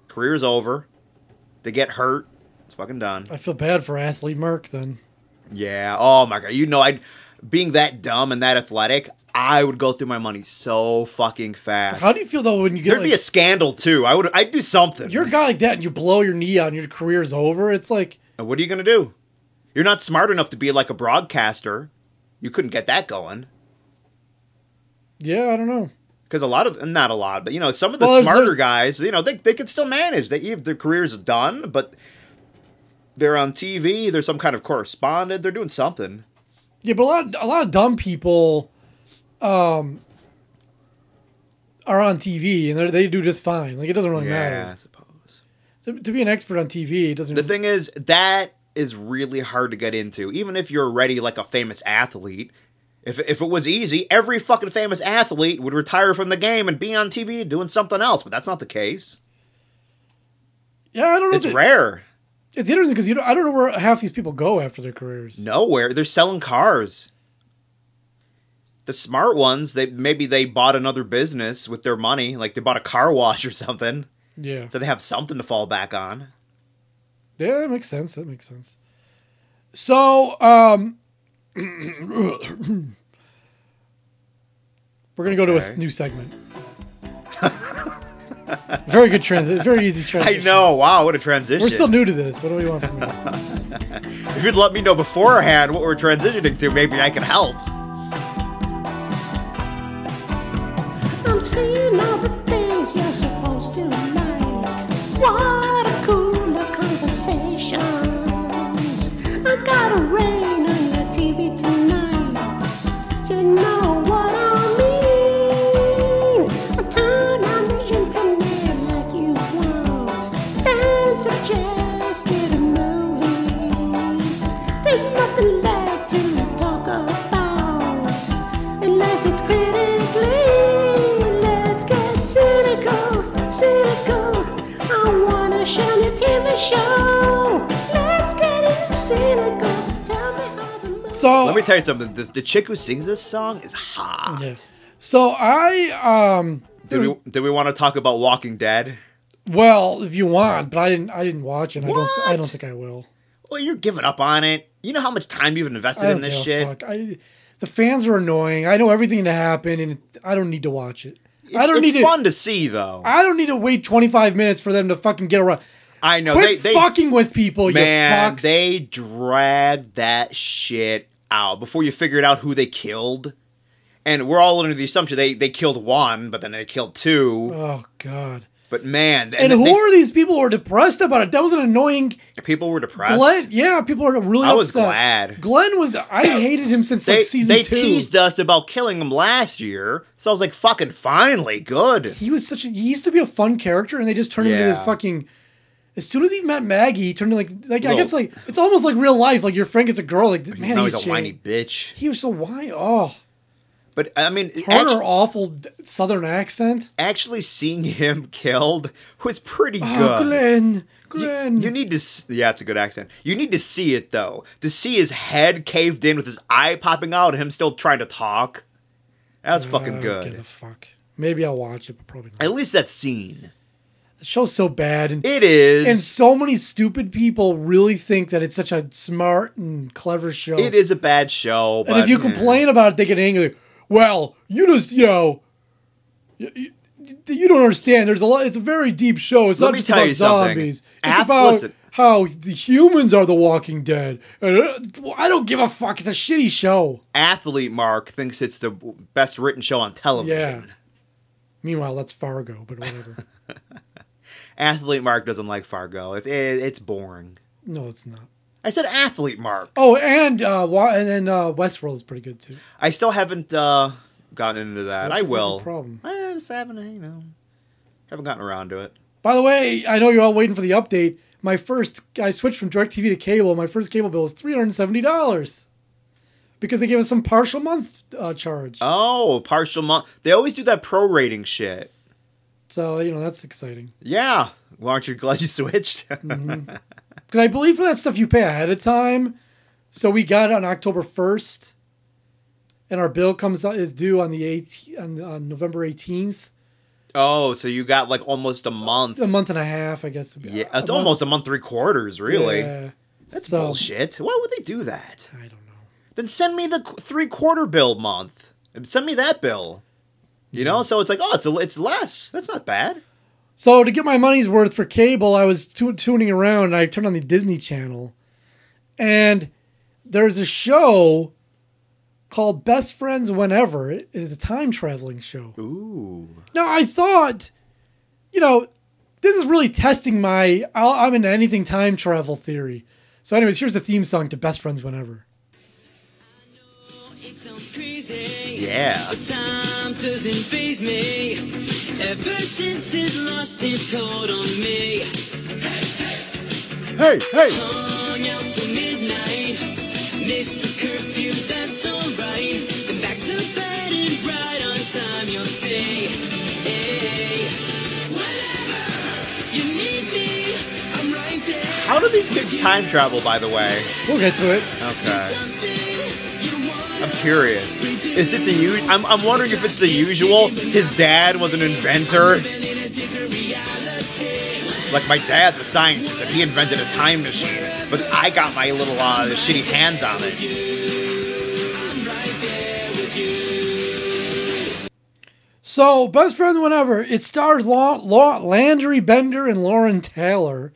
[SPEAKER 1] Career's over. They get hurt. It's fucking done.
[SPEAKER 2] I feel bad for athlete Merck then.
[SPEAKER 1] Yeah. Oh my god. You know, I being that dumb and that athletic, I would go through my money so fucking fast.
[SPEAKER 2] How do you feel though when you get
[SPEAKER 1] There'd be a
[SPEAKER 2] like,
[SPEAKER 1] scandal too. I would. I'd do something.
[SPEAKER 2] you're a guy like that and you blow your knee on your career's over? It's like
[SPEAKER 1] What are you gonna do? You're not smart enough to be like a broadcaster. You couldn't get that going
[SPEAKER 2] yeah, I don't know.
[SPEAKER 1] because a lot of not a lot, but you know, some of the
[SPEAKER 2] Well, there's-
[SPEAKER 1] smarter
[SPEAKER 2] there's-
[SPEAKER 1] guys, you know, they they could still manage. They their career's done, but they're on TV. They're some kind of correspondent. They're doing something.
[SPEAKER 2] Yeah, but a lot a lot of dumb people, um, are on TV and they they do just fine. Like it doesn't really
[SPEAKER 1] Yeah, I
[SPEAKER 2] matter.
[SPEAKER 1] suppose.
[SPEAKER 2] To, to be an expert on TV it doesn't.
[SPEAKER 1] The thing is, that is really hard to get into, even if you're already like a famous athlete. If, if it was easy, every fucking famous athlete would retire from the game and be on TV doing something else, but that's not the case.
[SPEAKER 2] yeah, I don't know.
[SPEAKER 1] It's
[SPEAKER 2] if it-
[SPEAKER 1] rare.
[SPEAKER 2] It's interesting because you know I don't know where half these people go after their careers.
[SPEAKER 1] Nowhere. They're selling cars. The smart ones, they maybe they bought another business with their money, like they bought a car wash or something,
[SPEAKER 2] Yeah,
[SPEAKER 1] so they have something to fall back on.
[SPEAKER 2] yeah, that makes sense. That makes sense. So, um, we're gonna go to a s-
[SPEAKER 1] Okay.
[SPEAKER 2] new segment. very good transit. Very easy
[SPEAKER 1] I
[SPEAKER 2] transition.
[SPEAKER 1] know. Wow, what a transition.
[SPEAKER 2] We're still new to this. What do we want from you?
[SPEAKER 1] If you'd let me know beforehand what we're transitioning to, maybe I can help.
[SPEAKER 3] I'm seeing all the things you're supposed to like. What a cooler conversations. I gotta rain on your TV tonight. You know what I mean. I turn on the internet like you want. Then suggest get a movie. There's nothing left to talk about. Unless it's critically, let's get cynical, cynical. I wanna shine your TV show. Let's get it cynical. Tell me how the movie.
[SPEAKER 2] So
[SPEAKER 1] Let me tell you something. The, the chick who sings this song is hot.
[SPEAKER 2] Yeah. So I um
[SPEAKER 1] Do we do we want to talk about Walking Dead?
[SPEAKER 2] well, if you want, but I didn't I didn't watch it. I don't I don't
[SPEAKER 1] What?
[SPEAKER 2] think I will.
[SPEAKER 1] Well, you're giving up on it. You know how much time you've invested in
[SPEAKER 2] I don't
[SPEAKER 1] this
[SPEAKER 2] give
[SPEAKER 1] shit.
[SPEAKER 2] a fuck. I the fans are annoying. I know everything that happened and I don't need to watch it. I
[SPEAKER 1] It's-
[SPEAKER 2] don't
[SPEAKER 1] it's
[SPEAKER 2] need
[SPEAKER 1] fun
[SPEAKER 2] to
[SPEAKER 1] to see though. I,
[SPEAKER 2] I don't need to wait 25 minutes for them to fucking get around.
[SPEAKER 1] know
[SPEAKER 2] Quit
[SPEAKER 1] they they
[SPEAKER 2] fucking with people,
[SPEAKER 1] man
[SPEAKER 2] you fucks.
[SPEAKER 1] they dragged that shit out before you figured out who they killed. And we're all under the assumption they they killed one, but then they killed two.
[SPEAKER 2] oh god.
[SPEAKER 1] but man, and
[SPEAKER 2] And, who
[SPEAKER 1] they-
[SPEAKER 2] are these people who are depressed about it? That was an annoying
[SPEAKER 1] people were depressed.
[SPEAKER 2] Glenn. Yeah, people are really
[SPEAKER 1] I was
[SPEAKER 2] upset.
[SPEAKER 1] glad.
[SPEAKER 2] Glenn was I hated him since
[SPEAKER 1] They,
[SPEAKER 2] like season
[SPEAKER 1] they
[SPEAKER 2] 2.
[SPEAKER 1] teased us about killing him last year, so I was like, "Fucking finally, good."
[SPEAKER 2] he was such a he used to be a fun character and they just turned him into this
[SPEAKER 1] Yeah.
[SPEAKER 2] fucking as soon as he met Maggie, he turned into like like I
[SPEAKER 1] Little-
[SPEAKER 2] guess like it's almost like real life. Like your friend gets a girl, like man,
[SPEAKER 1] no,
[SPEAKER 2] he's,
[SPEAKER 1] he's a whiny
[SPEAKER 2] changed.
[SPEAKER 1] bitch.
[SPEAKER 2] He was so whiny. Oh,
[SPEAKER 1] But I mean,
[SPEAKER 2] harder,
[SPEAKER 1] actu-
[SPEAKER 2] awful d- Southern accent.
[SPEAKER 1] actually seeing him killed was pretty
[SPEAKER 2] Oh,
[SPEAKER 1] good.
[SPEAKER 2] Glenn,
[SPEAKER 1] You-
[SPEAKER 2] Glenn.
[SPEAKER 1] You, need to, s- yeah, it's a good accent. You need to see it though. To see his head caved in with his eye popping out, and him still trying to talk. That was fucking
[SPEAKER 2] I don't give a
[SPEAKER 1] good.
[SPEAKER 2] fuck. Maybe I'll watch it, but probably not.
[SPEAKER 1] At least that scene.
[SPEAKER 2] The show's so bad, and
[SPEAKER 1] It is.
[SPEAKER 2] and so many stupid people really think that it's such a smart and clever show.
[SPEAKER 1] it is a bad show. But
[SPEAKER 2] And if you
[SPEAKER 1] eh.
[SPEAKER 2] complain about it, they get angry. Well, you just, you know, you, you don't understand. There's a lot. It's a very deep show. It's
[SPEAKER 1] Let
[SPEAKER 2] not
[SPEAKER 1] me
[SPEAKER 2] just
[SPEAKER 1] tell
[SPEAKER 2] about
[SPEAKER 1] you something.
[SPEAKER 2] zombies. It's
[SPEAKER 1] Af-
[SPEAKER 2] about
[SPEAKER 1] listen.
[SPEAKER 2] how the humans are the Walking Dead. And, uh, I don't give a fuck. It's a shitty show.
[SPEAKER 1] athlete Mark thinks it's the best written show on television.
[SPEAKER 2] Yeah. Meanwhile, that's Fargo, but whatever.
[SPEAKER 1] Athlete Mark doesn't like Fargo. It's it, it's boring.
[SPEAKER 2] no, it's not.
[SPEAKER 1] I said athlete mark.
[SPEAKER 2] Oh, and uh, wa- and then uh, Westworld's pretty good too.
[SPEAKER 1] I still haven't uh, gotten into that.
[SPEAKER 2] That's
[SPEAKER 1] I
[SPEAKER 2] the fucking
[SPEAKER 1] will.
[SPEAKER 2] problem.
[SPEAKER 1] I just haven't, you know, haven't gotten around to it.
[SPEAKER 2] By the way, I know you're all waiting for the update. My first, I switched from DirecTV to cable. My first cable bill was three hundred and seventy dollars because they gave us some partial month uh, charge.
[SPEAKER 1] Oh, partial month. They always do that prorating shit.
[SPEAKER 2] so you know that's exciting.
[SPEAKER 1] Yeah. Well, aren't you glad you switched?
[SPEAKER 2] Mm-hmm. Because I believe for that stuff you pay ahead of time. So we got it on October first, and our bill comes out is due on the 18th, on, on November eighteenth.
[SPEAKER 1] oh, so you got like almost a month.
[SPEAKER 2] A month and a half, I guess.
[SPEAKER 1] Yeah,
[SPEAKER 2] A
[SPEAKER 1] it's
[SPEAKER 2] month-
[SPEAKER 1] almost a month three quarters, really.
[SPEAKER 2] Yeah.
[SPEAKER 1] That's
[SPEAKER 2] So-
[SPEAKER 1] bullshit. Why would they do that?
[SPEAKER 2] I don't know.
[SPEAKER 1] Then send me the three quarter bill month. Send me that bill. You know,
[SPEAKER 2] Mm-hmm.
[SPEAKER 1] so it's like, oh, it's a, it's less. That's not bad.
[SPEAKER 2] So to get my money's worth for cable, I was tu- tuning around and I turned on the Disney Channel, and there's a show called Best Friends Whenever. It is a time traveling show.
[SPEAKER 1] Ooh.
[SPEAKER 2] Now I thought, you know, this is really testing my I'll, I'm into anything time travel theory. So, anyways, here's the theme song to Best Friends Whenever.
[SPEAKER 4] It sounds crazy.
[SPEAKER 1] Yeah.
[SPEAKER 4] But time doesn't faze me. Ever since it lost its hold on me.
[SPEAKER 1] Hey, hey.
[SPEAKER 4] Hung out till midnight. Missed the curfew, that's alright. Then back to bed and right on time, you'll see. Hey. Whenever you need me, I'm right there.
[SPEAKER 1] How do these kids time travel, by the way?
[SPEAKER 2] We'll get to it.
[SPEAKER 1] Okay.
[SPEAKER 4] Something you want.
[SPEAKER 1] I'm curious. Is it the u- I'm, I'm wondering if it's the usual. His dad was an inventor. Like my dad's a scientist and he invented a time machine, but I got my little uh, shitty hands on it.
[SPEAKER 2] So, Best Friend Whenever, it stars La- La- Landry Bender and Lauren Taylor.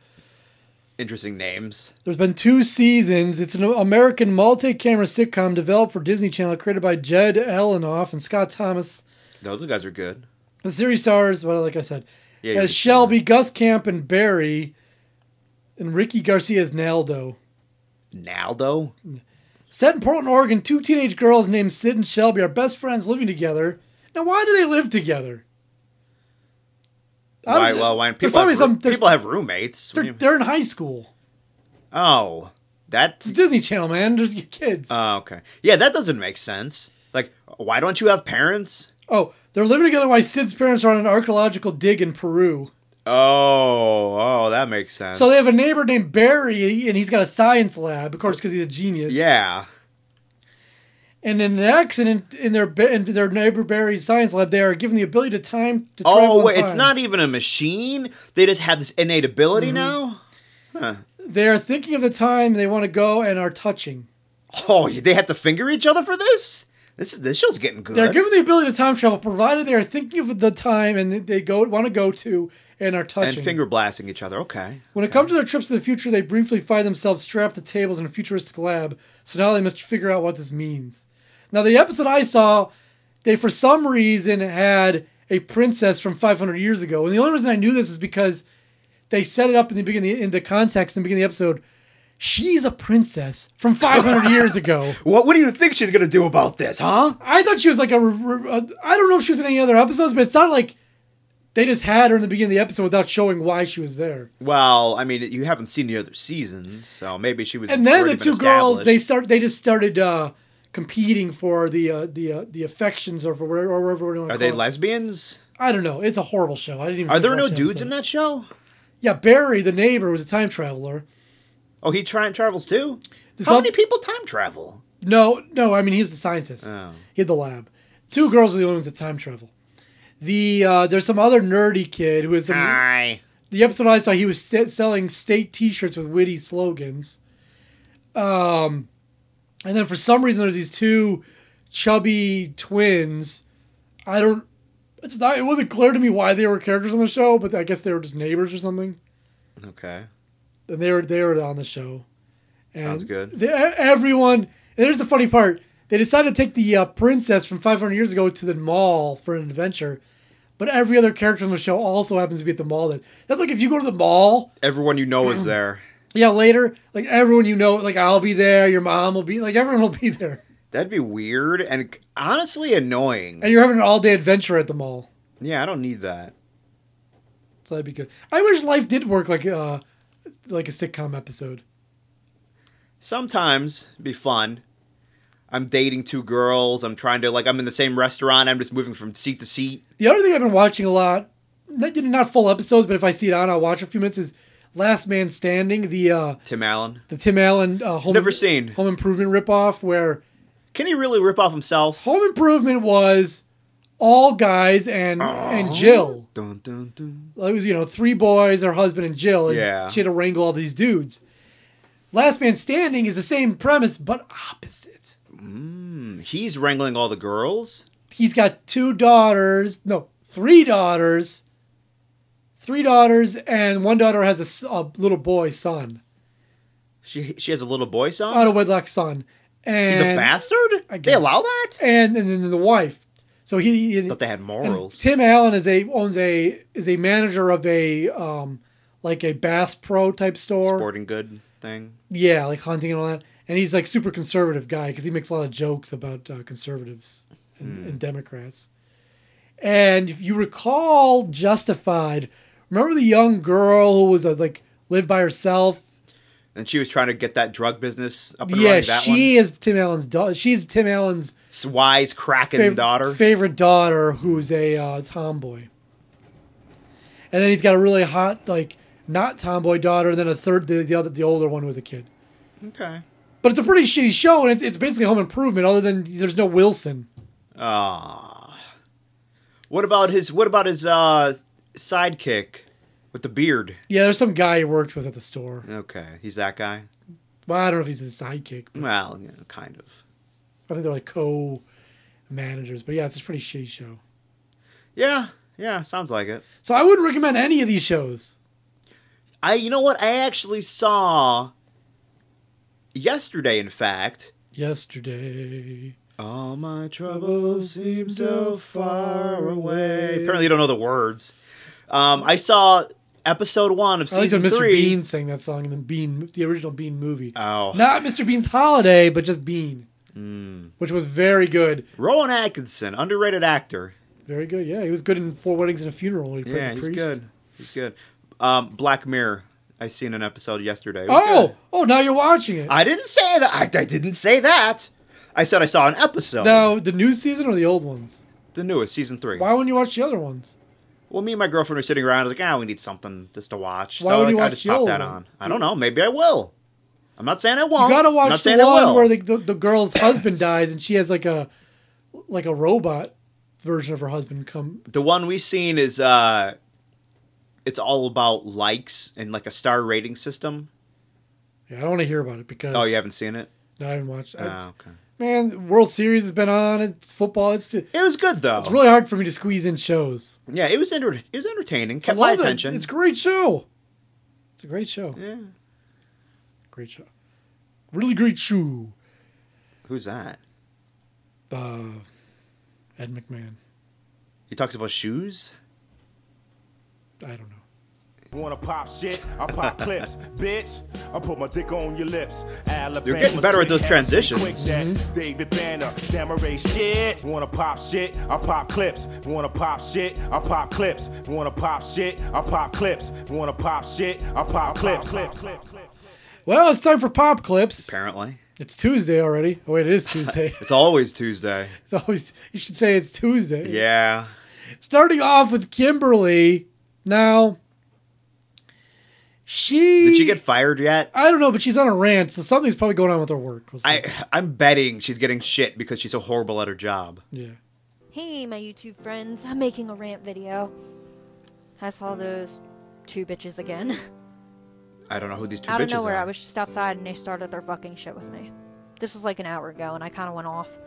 [SPEAKER 1] Interesting names.
[SPEAKER 2] There's been two seasons. It's an American multi-camera sitcom developed for Disney Channel, created by Jed Elenoff and Scott Thomas.
[SPEAKER 1] Those guys are good.
[SPEAKER 2] The series stars, well, like I said,
[SPEAKER 1] Yeah,
[SPEAKER 2] as
[SPEAKER 1] you-
[SPEAKER 2] Shelby, Gus Camp, and Barry, and Ricky Garcia as Naldo.
[SPEAKER 1] Naldo.
[SPEAKER 2] Um, Set in Portland, Oregon, two teenage girls named Sid and Shelby are best friends living together. Now, why do they live together? I don't-
[SPEAKER 1] Why, well, when
[SPEAKER 2] there's
[SPEAKER 1] people have,
[SPEAKER 2] probably
[SPEAKER 1] roo-
[SPEAKER 2] some- there's-
[SPEAKER 1] people have roommates. What do
[SPEAKER 2] They're,
[SPEAKER 1] you-
[SPEAKER 2] they're in high school.
[SPEAKER 1] Oh,
[SPEAKER 2] It's
[SPEAKER 1] that's
[SPEAKER 2] Disney Channel, man. There's kids.
[SPEAKER 1] oh, okay. Yeah, that doesn't make sense. Like, why don't you have parents?
[SPEAKER 2] oh, they're living together while Sid's parents are on an archaeological dig in Peru.
[SPEAKER 1] Oh, oh, that makes sense.
[SPEAKER 2] So they have a neighbor named Barry, and he's got a science lab, of course, because he's a genius.
[SPEAKER 1] yeah.
[SPEAKER 2] And in an accident in their ba- in their neighbor Barry's science lab, they are given the ability to time to travel.
[SPEAKER 1] Oh,
[SPEAKER 2] in
[SPEAKER 1] wait, it's
[SPEAKER 2] time.
[SPEAKER 1] not even a machine. They just have this innate ability now.
[SPEAKER 2] They are thinking of the time they want to go and are touching.
[SPEAKER 1] Oh, they have to finger each other for this. This is this show's getting good.
[SPEAKER 2] They're given the ability to time travel, provided they are thinking of the time and they go want to go to and are touching.
[SPEAKER 1] and finger blasting each other. Okay.
[SPEAKER 2] When it comes to their trips to the future, they briefly find themselves strapped to tables in a futuristic lab, so now they must figure out what this means. Now, the episode I saw, they for some reason had a princess from 500 years ago. And the only reason I knew this is because they set it up in the beginning, in the context, in the beginning of the episode. She's a princess from 500 years ago.
[SPEAKER 1] What What do you think she's gonna do about this, huh?
[SPEAKER 2] I thought she was like a, re- re- a. I don't know if she was in any other episodes, but it's not like they just had her in the beginning of the episode without showing why she was there.
[SPEAKER 1] Well, I mean, you haven't seen the other seasons, so maybe she was.
[SPEAKER 2] and then
[SPEAKER 1] already
[SPEAKER 2] the
[SPEAKER 1] been
[SPEAKER 2] two girls they
[SPEAKER 1] established.
[SPEAKER 2] start they just started uh competing for the uh, the uh, the affections or for whatever or whatever you want to
[SPEAKER 1] are they lesbians?
[SPEAKER 2] I don't know. It's a horrible show. I didn't even
[SPEAKER 1] Are there no dudes in that show?
[SPEAKER 2] Yeah, Barry the neighbor was a time traveler.
[SPEAKER 1] Oh, he time travels too.
[SPEAKER 2] This
[SPEAKER 1] How
[SPEAKER 2] all-
[SPEAKER 1] many people time travel?
[SPEAKER 2] No, no, I mean he was the scientist.
[SPEAKER 1] Oh.
[SPEAKER 2] He had the lab. Two girls are the only ones that time travel. The uh, there's some other nerdy kid who is some,
[SPEAKER 1] Aye.
[SPEAKER 2] the episode I saw, he was st- selling state T-shirts with witty slogans. Um, and then for some reason, there's these two chubby twins. I don't. It's not. It wasn't clear to me why they were characters on the show, but I guess they were just neighbors or something.
[SPEAKER 1] Okay.
[SPEAKER 2] And they were they were on the show. And
[SPEAKER 1] Sounds good.
[SPEAKER 2] the- e- everyone. And here's the funny part. They decided to take the uh, princess from 500 years ago to the mall for an adventure, but every other character on the show also happens to be at the mall. That that's like if you go to the mall
[SPEAKER 1] Everyone you know is there.
[SPEAKER 2] Yeah, later, like everyone you know, like I'll be there, your mom will be, like everyone will be there,
[SPEAKER 1] That'd be weird and honestly annoying.
[SPEAKER 2] and you're having an all day adventure at the mall.
[SPEAKER 1] Yeah, I don't need that.
[SPEAKER 2] So that'd be good. I wish life did work like uh like a sitcom episode.
[SPEAKER 1] Sometimes it'd be fun. I'm dating two girls. I'm trying to like I'm in the same restaurant. I'm just moving from seat to seat.
[SPEAKER 2] The other thing I've been watching a lot, not, not full episodes, but if I see it on, I'll watch a few minutes. Is Last Man Standing, the uh
[SPEAKER 1] Tim Allen.
[SPEAKER 2] the Tim Allen uh, home
[SPEAKER 1] Never seen.
[SPEAKER 2] home improvement ripoff, where
[SPEAKER 1] Can he really rip off himself?
[SPEAKER 2] home improvement was all guys and and Jill.
[SPEAKER 1] Dun, dun, dun.
[SPEAKER 2] It was you know three boys, her husband and Jill, and
[SPEAKER 1] Yeah.
[SPEAKER 2] she had to wrangle all these dudes. Last Man Standing is the same premise but opposite.
[SPEAKER 1] He's wrangling all the girls.
[SPEAKER 2] he's got two daughters, no, three daughters, three daughters, and one daughter has a s- a, little boy son,
[SPEAKER 1] She she has a little boy son.
[SPEAKER 2] out of wedlock son, and
[SPEAKER 1] He's a bastard. They
[SPEAKER 2] I guess.
[SPEAKER 1] allow that?
[SPEAKER 2] and and then the wife. So he,
[SPEAKER 1] I thought they had
[SPEAKER 2] and
[SPEAKER 1] morals.
[SPEAKER 2] Tim Allen is a owns a is a manager of a um like a Bass Pro type store,
[SPEAKER 1] Sporting good thing.
[SPEAKER 2] yeah, like hunting and all that. And he's like super conservative guy because he makes a lot of jokes about uh, conservatives and,
[SPEAKER 1] Hmm.
[SPEAKER 2] and Democrats. And if you recall, Justified, remember the young girl who was uh, like lived by herself.
[SPEAKER 1] And she was trying to get that drug business up and
[SPEAKER 2] Yeah,
[SPEAKER 1] running. That
[SPEAKER 2] she
[SPEAKER 1] one.
[SPEAKER 2] is Tim Allen's daughter. She's Tim Allen's
[SPEAKER 1] It's wise cracking
[SPEAKER 2] fav-
[SPEAKER 1] daughter.
[SPEAKER 2] favorite daughter, who's a uh, tomboy. And then he's got a really hot, like not tomboy daughter, and then a third, the, the other, the older one was a kid.
[SPEAKER 1] okay.
[SPEAKER 2] But it's a pretty shitty show, and it's, it's basically Home Improvement, other than there's no Wilson.
[SPEAKER 1] Ah. What about his what about his uh sidekick with the beard?
[SPEAKER 2] Yeah, there's some guy he worked with at the store.
[SPEAKER 1] Okay, he's that guy.
[SPEAKER 2] Well, I don't know if he's his sidekick. But
[SPEAKER 1] Well, you know, kind of.
[SPEAKER 2] I think they're like co-managers. But yeah, it's a pretty shitty show.
[SPEAKER 1] Yeah, yeah, sounds like it.
[SPEAKER 2] So I wouldn't recommend any of these shows.
[SPEAKER 1] I you know what? I actually saw yesterday in fact
[SPEAKER 2] Yesterday,
[SPEAKER 1] All my troubles seem so far away. Apparently, you don't know the words. Um, I saw episode one of
[SPEAKER 2] I like
[SPEAKER 1] season
[SPEAKER 2] that Mr.
[SPEAKER 1] three.
[SPEAKER 2] Bean sang that song in the Bean, the original Bean movie.
[SPEAKER 1] Oh,
[SPEAKER 2] Not Mr. Bean's Holiday, but just Bean,
[SPEAKER 1] Hmm.
[SPEAKER 2] which was very good.
[SPEAKER 1] Rowan Atkinson, underrated actor.
[SPEAKER 2] Very good. Yeah, he was good in Four Weddings and a Funeral. He played
[SPEAKER 1] Yeah,
[SPEAKER 2] the
[SPEAKER 1] he's
[SPEAKER 2] priest.
[SPEAKER 1] good. He's good. Um, Black Mirror. I seen an episode yesterday. It was
[SPEAKER 2] Oh,
[SPEAKER 1] good. Uh,
[SPEAKER 2] oh, now you're watching it.
[SPEAKER 1] I didn't say that. I, I didn't say that. I said I saw an episode.
[SPEAKER 2] now the new season or the old ones?
[SPEAKER 1] the newest season three.
[SPEAKER 2] Why wouldn't you watch the other ones?
[SPEAKER 1] Well, me and my girlfriend were sitting around. I was like, ah, we need something just to watch.
[SPEAKER 2] Why
[SPEAKER 1] so
[SPEAKER 2] would
[SPEAKER 1] like,
[SPEAKER 2] you
[SPEAKER 1] I
[SPEAKER 2] watch
[SPEAKER 1] just
[SPEAKER 2] the
[SPEAKER 1] popped
[SPEAKER 2] old
[SPEAKER 1] that
[SPEAKER 2] one?
[SPEAKER 1] on. I don't know. Maybe I will. I'm not saying I won't.
[SPEAKER 2] You gotta
[SPEAKER 1] I'm
[SPEAKER 2] watch
[SPEAKER 1] not
[SPEAKER 2] the
[SPEAKER 1] saying I
[SPEAKER 2] one
[SPEAKER 1] will.
[SPEAKER 2] where the, the the girl's husband dies and she has like a like a robot version of her husband come.
[SPEAKER 1] The one we seen is uh it's all about likes and like a star rating system.
[SPEAKER 2] Yeah, I don't want to hear about it because
[SPEAKER 1] Oh, you haven't seen it?
[SPEAKER 2] no, I haven't watched. I-
[SPEAKER 1] Oh, okay.
[SPEAKER 2] man, World Series has been on. It's football. It's t-
[SPEAKER 1] It was good though.
[SPEAKER 2] it's really hard for me to squeeze in shows.
[SPEAKER 1] yeah, it was enter- it was entertaining.
[SPEAKER 2] I
[SPEAKER 1] Kept my
[SPEAKER 2] love it.
[SPEAKER 1] attention.
[SPEAKER 2] It's a great show. It's a great show.
[SPEAKER 1] yeah.
[SPEAKER 2] Great show. Really great show.
[SPEAKER 1] Who's that?
[SPEAKER 2] Uh, Ed McMahon.
[SPEAKER 1] He talks about shoes.
[SPEAKER 2] I don't know.
[SPEAKER 5] Wanna pop shit? I pop clips, bitch. I put my dick on your lips. Alabama.
[SPEAKER 1] You're getting better at those transitions.
[SPEAKER 5] David Banner, Demaray shit. Wanna pop shit? I pop clips. Wanna pop shit? I pop clips. Wanna pop shit? I pop clips. Wanna pop shit? I pop clips. clips, clips, clips.
[SPEAKER 2] Well, it's time for pop clips.
[SPEAKER 1] Apparently,
[SPEAKER 2] It's Tuesday already. Oh wait, it is Tuesday.
[SPEAKER 1] it's always Tuesday.
[SPEAKER 2] It's always you should say it's Tuesday.
[SPEAKER 1] Yeah.
[SPEAKER 2] Starting off with Kimberly. Now she
[SPEAKER 1] Did she get fired yet?
[SPEAKER 2] I don't know, but she's on a rant, so something's probably going on with her work. We'll see.
[SPEAKER 1] I I'm betting she's getting shit because she's so horrible at her job.
[SPEAKER 2] yeah.
[SPEAKER 6] Hey, my YouTube friends, I'm making a rant video. I saw those two bitches again.
[SPEAKER 1] I don't know who these two
[SPEAKER 6] Out
[SPEAKER 1] bitches
[SPEAKER 6] of nowhere,
[SPEAKER 1] are.
[SPEAKER 6] I was just outside and they started their fucking shit with me. This was like an hour ago and I kinda went off.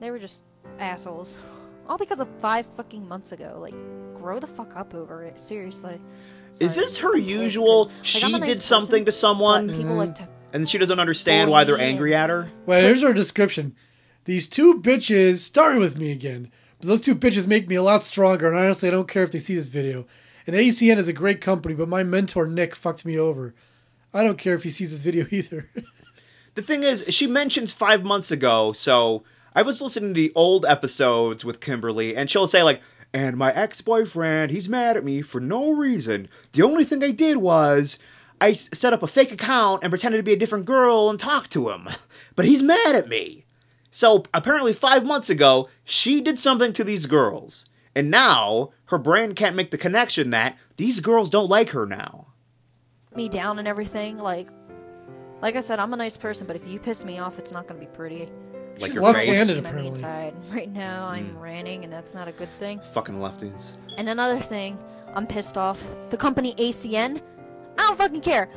[SPEAKER 6] They were just assholes. All because of five fucking months ago. Like, grow the fuck up over it. Seriously.
[SPEAKER 1] Is
[SPEAKER 6] Sorry,
[SPEAKER 1] this
[SPEAKER 6] I'm
[SPEAKER 1] her
[SPEAKER 6] just pissed 'cause,
[SPEAKER 1] usual,
[SPEAKER 6] like, I'm a
[SPEAKER 1] she
[SPEAKER 6] nice
[SPEAKER 1] did something
[SPEAKER 6] person,
[SPEAKER 1] to someone? Mm-hmm.
[SPEAKER 6] but People like to
[SPEAKER 1] and she doesn't understand
[SPEAKER 6] Oh,
[SPEAKER 1] why they're
[SPEAKER 6] yeah.
[SPEAKER 1] angry at her?
[SPEAKER 2] Well, here's our description. These two bitches started with me again, but those two bitches make me a lot stronger, and honestly, I don't care if they see this video. And ACN is a great company, but my mentor Nick fucked me over. I don't care if he sees this video either.
[SPEAKER 1] The thing is, she mentions five months ago, so I was listening to the old episodes with Kimberly, and she'll say, like, and my ex boyfriend, he's mad at me for no reason. The only thing I did was I s- set up a fake account and pretended to be a different girl and talked to him. But he's mad at me. So apparently, five months ago, she did something to these girls. And now her brain can't make the connection that these girls don't like her now.
[SPEAKER 6] me down and everything. Like, like I said, I'm a nice person, but if you piss me off, it's not gonna be pretty.
[SPEAKER 1] Like
[SPEAKER 2] She's
[SPEAKER 1] your
[SPEAKER 2] left-handed.
[SPEAKER 1] face. Hmm.
[SPEAKER 6] I'm on the
[SPEAKER 2] apparently.
[SPEAKER 6] inside. Right now, I'm ranting, and that's not a good thing.
[SPEAKER 1] Fucking lefties.
[SPEAKER 6] And another thing, I'm pissed off. The company ACN, I don't fucking care.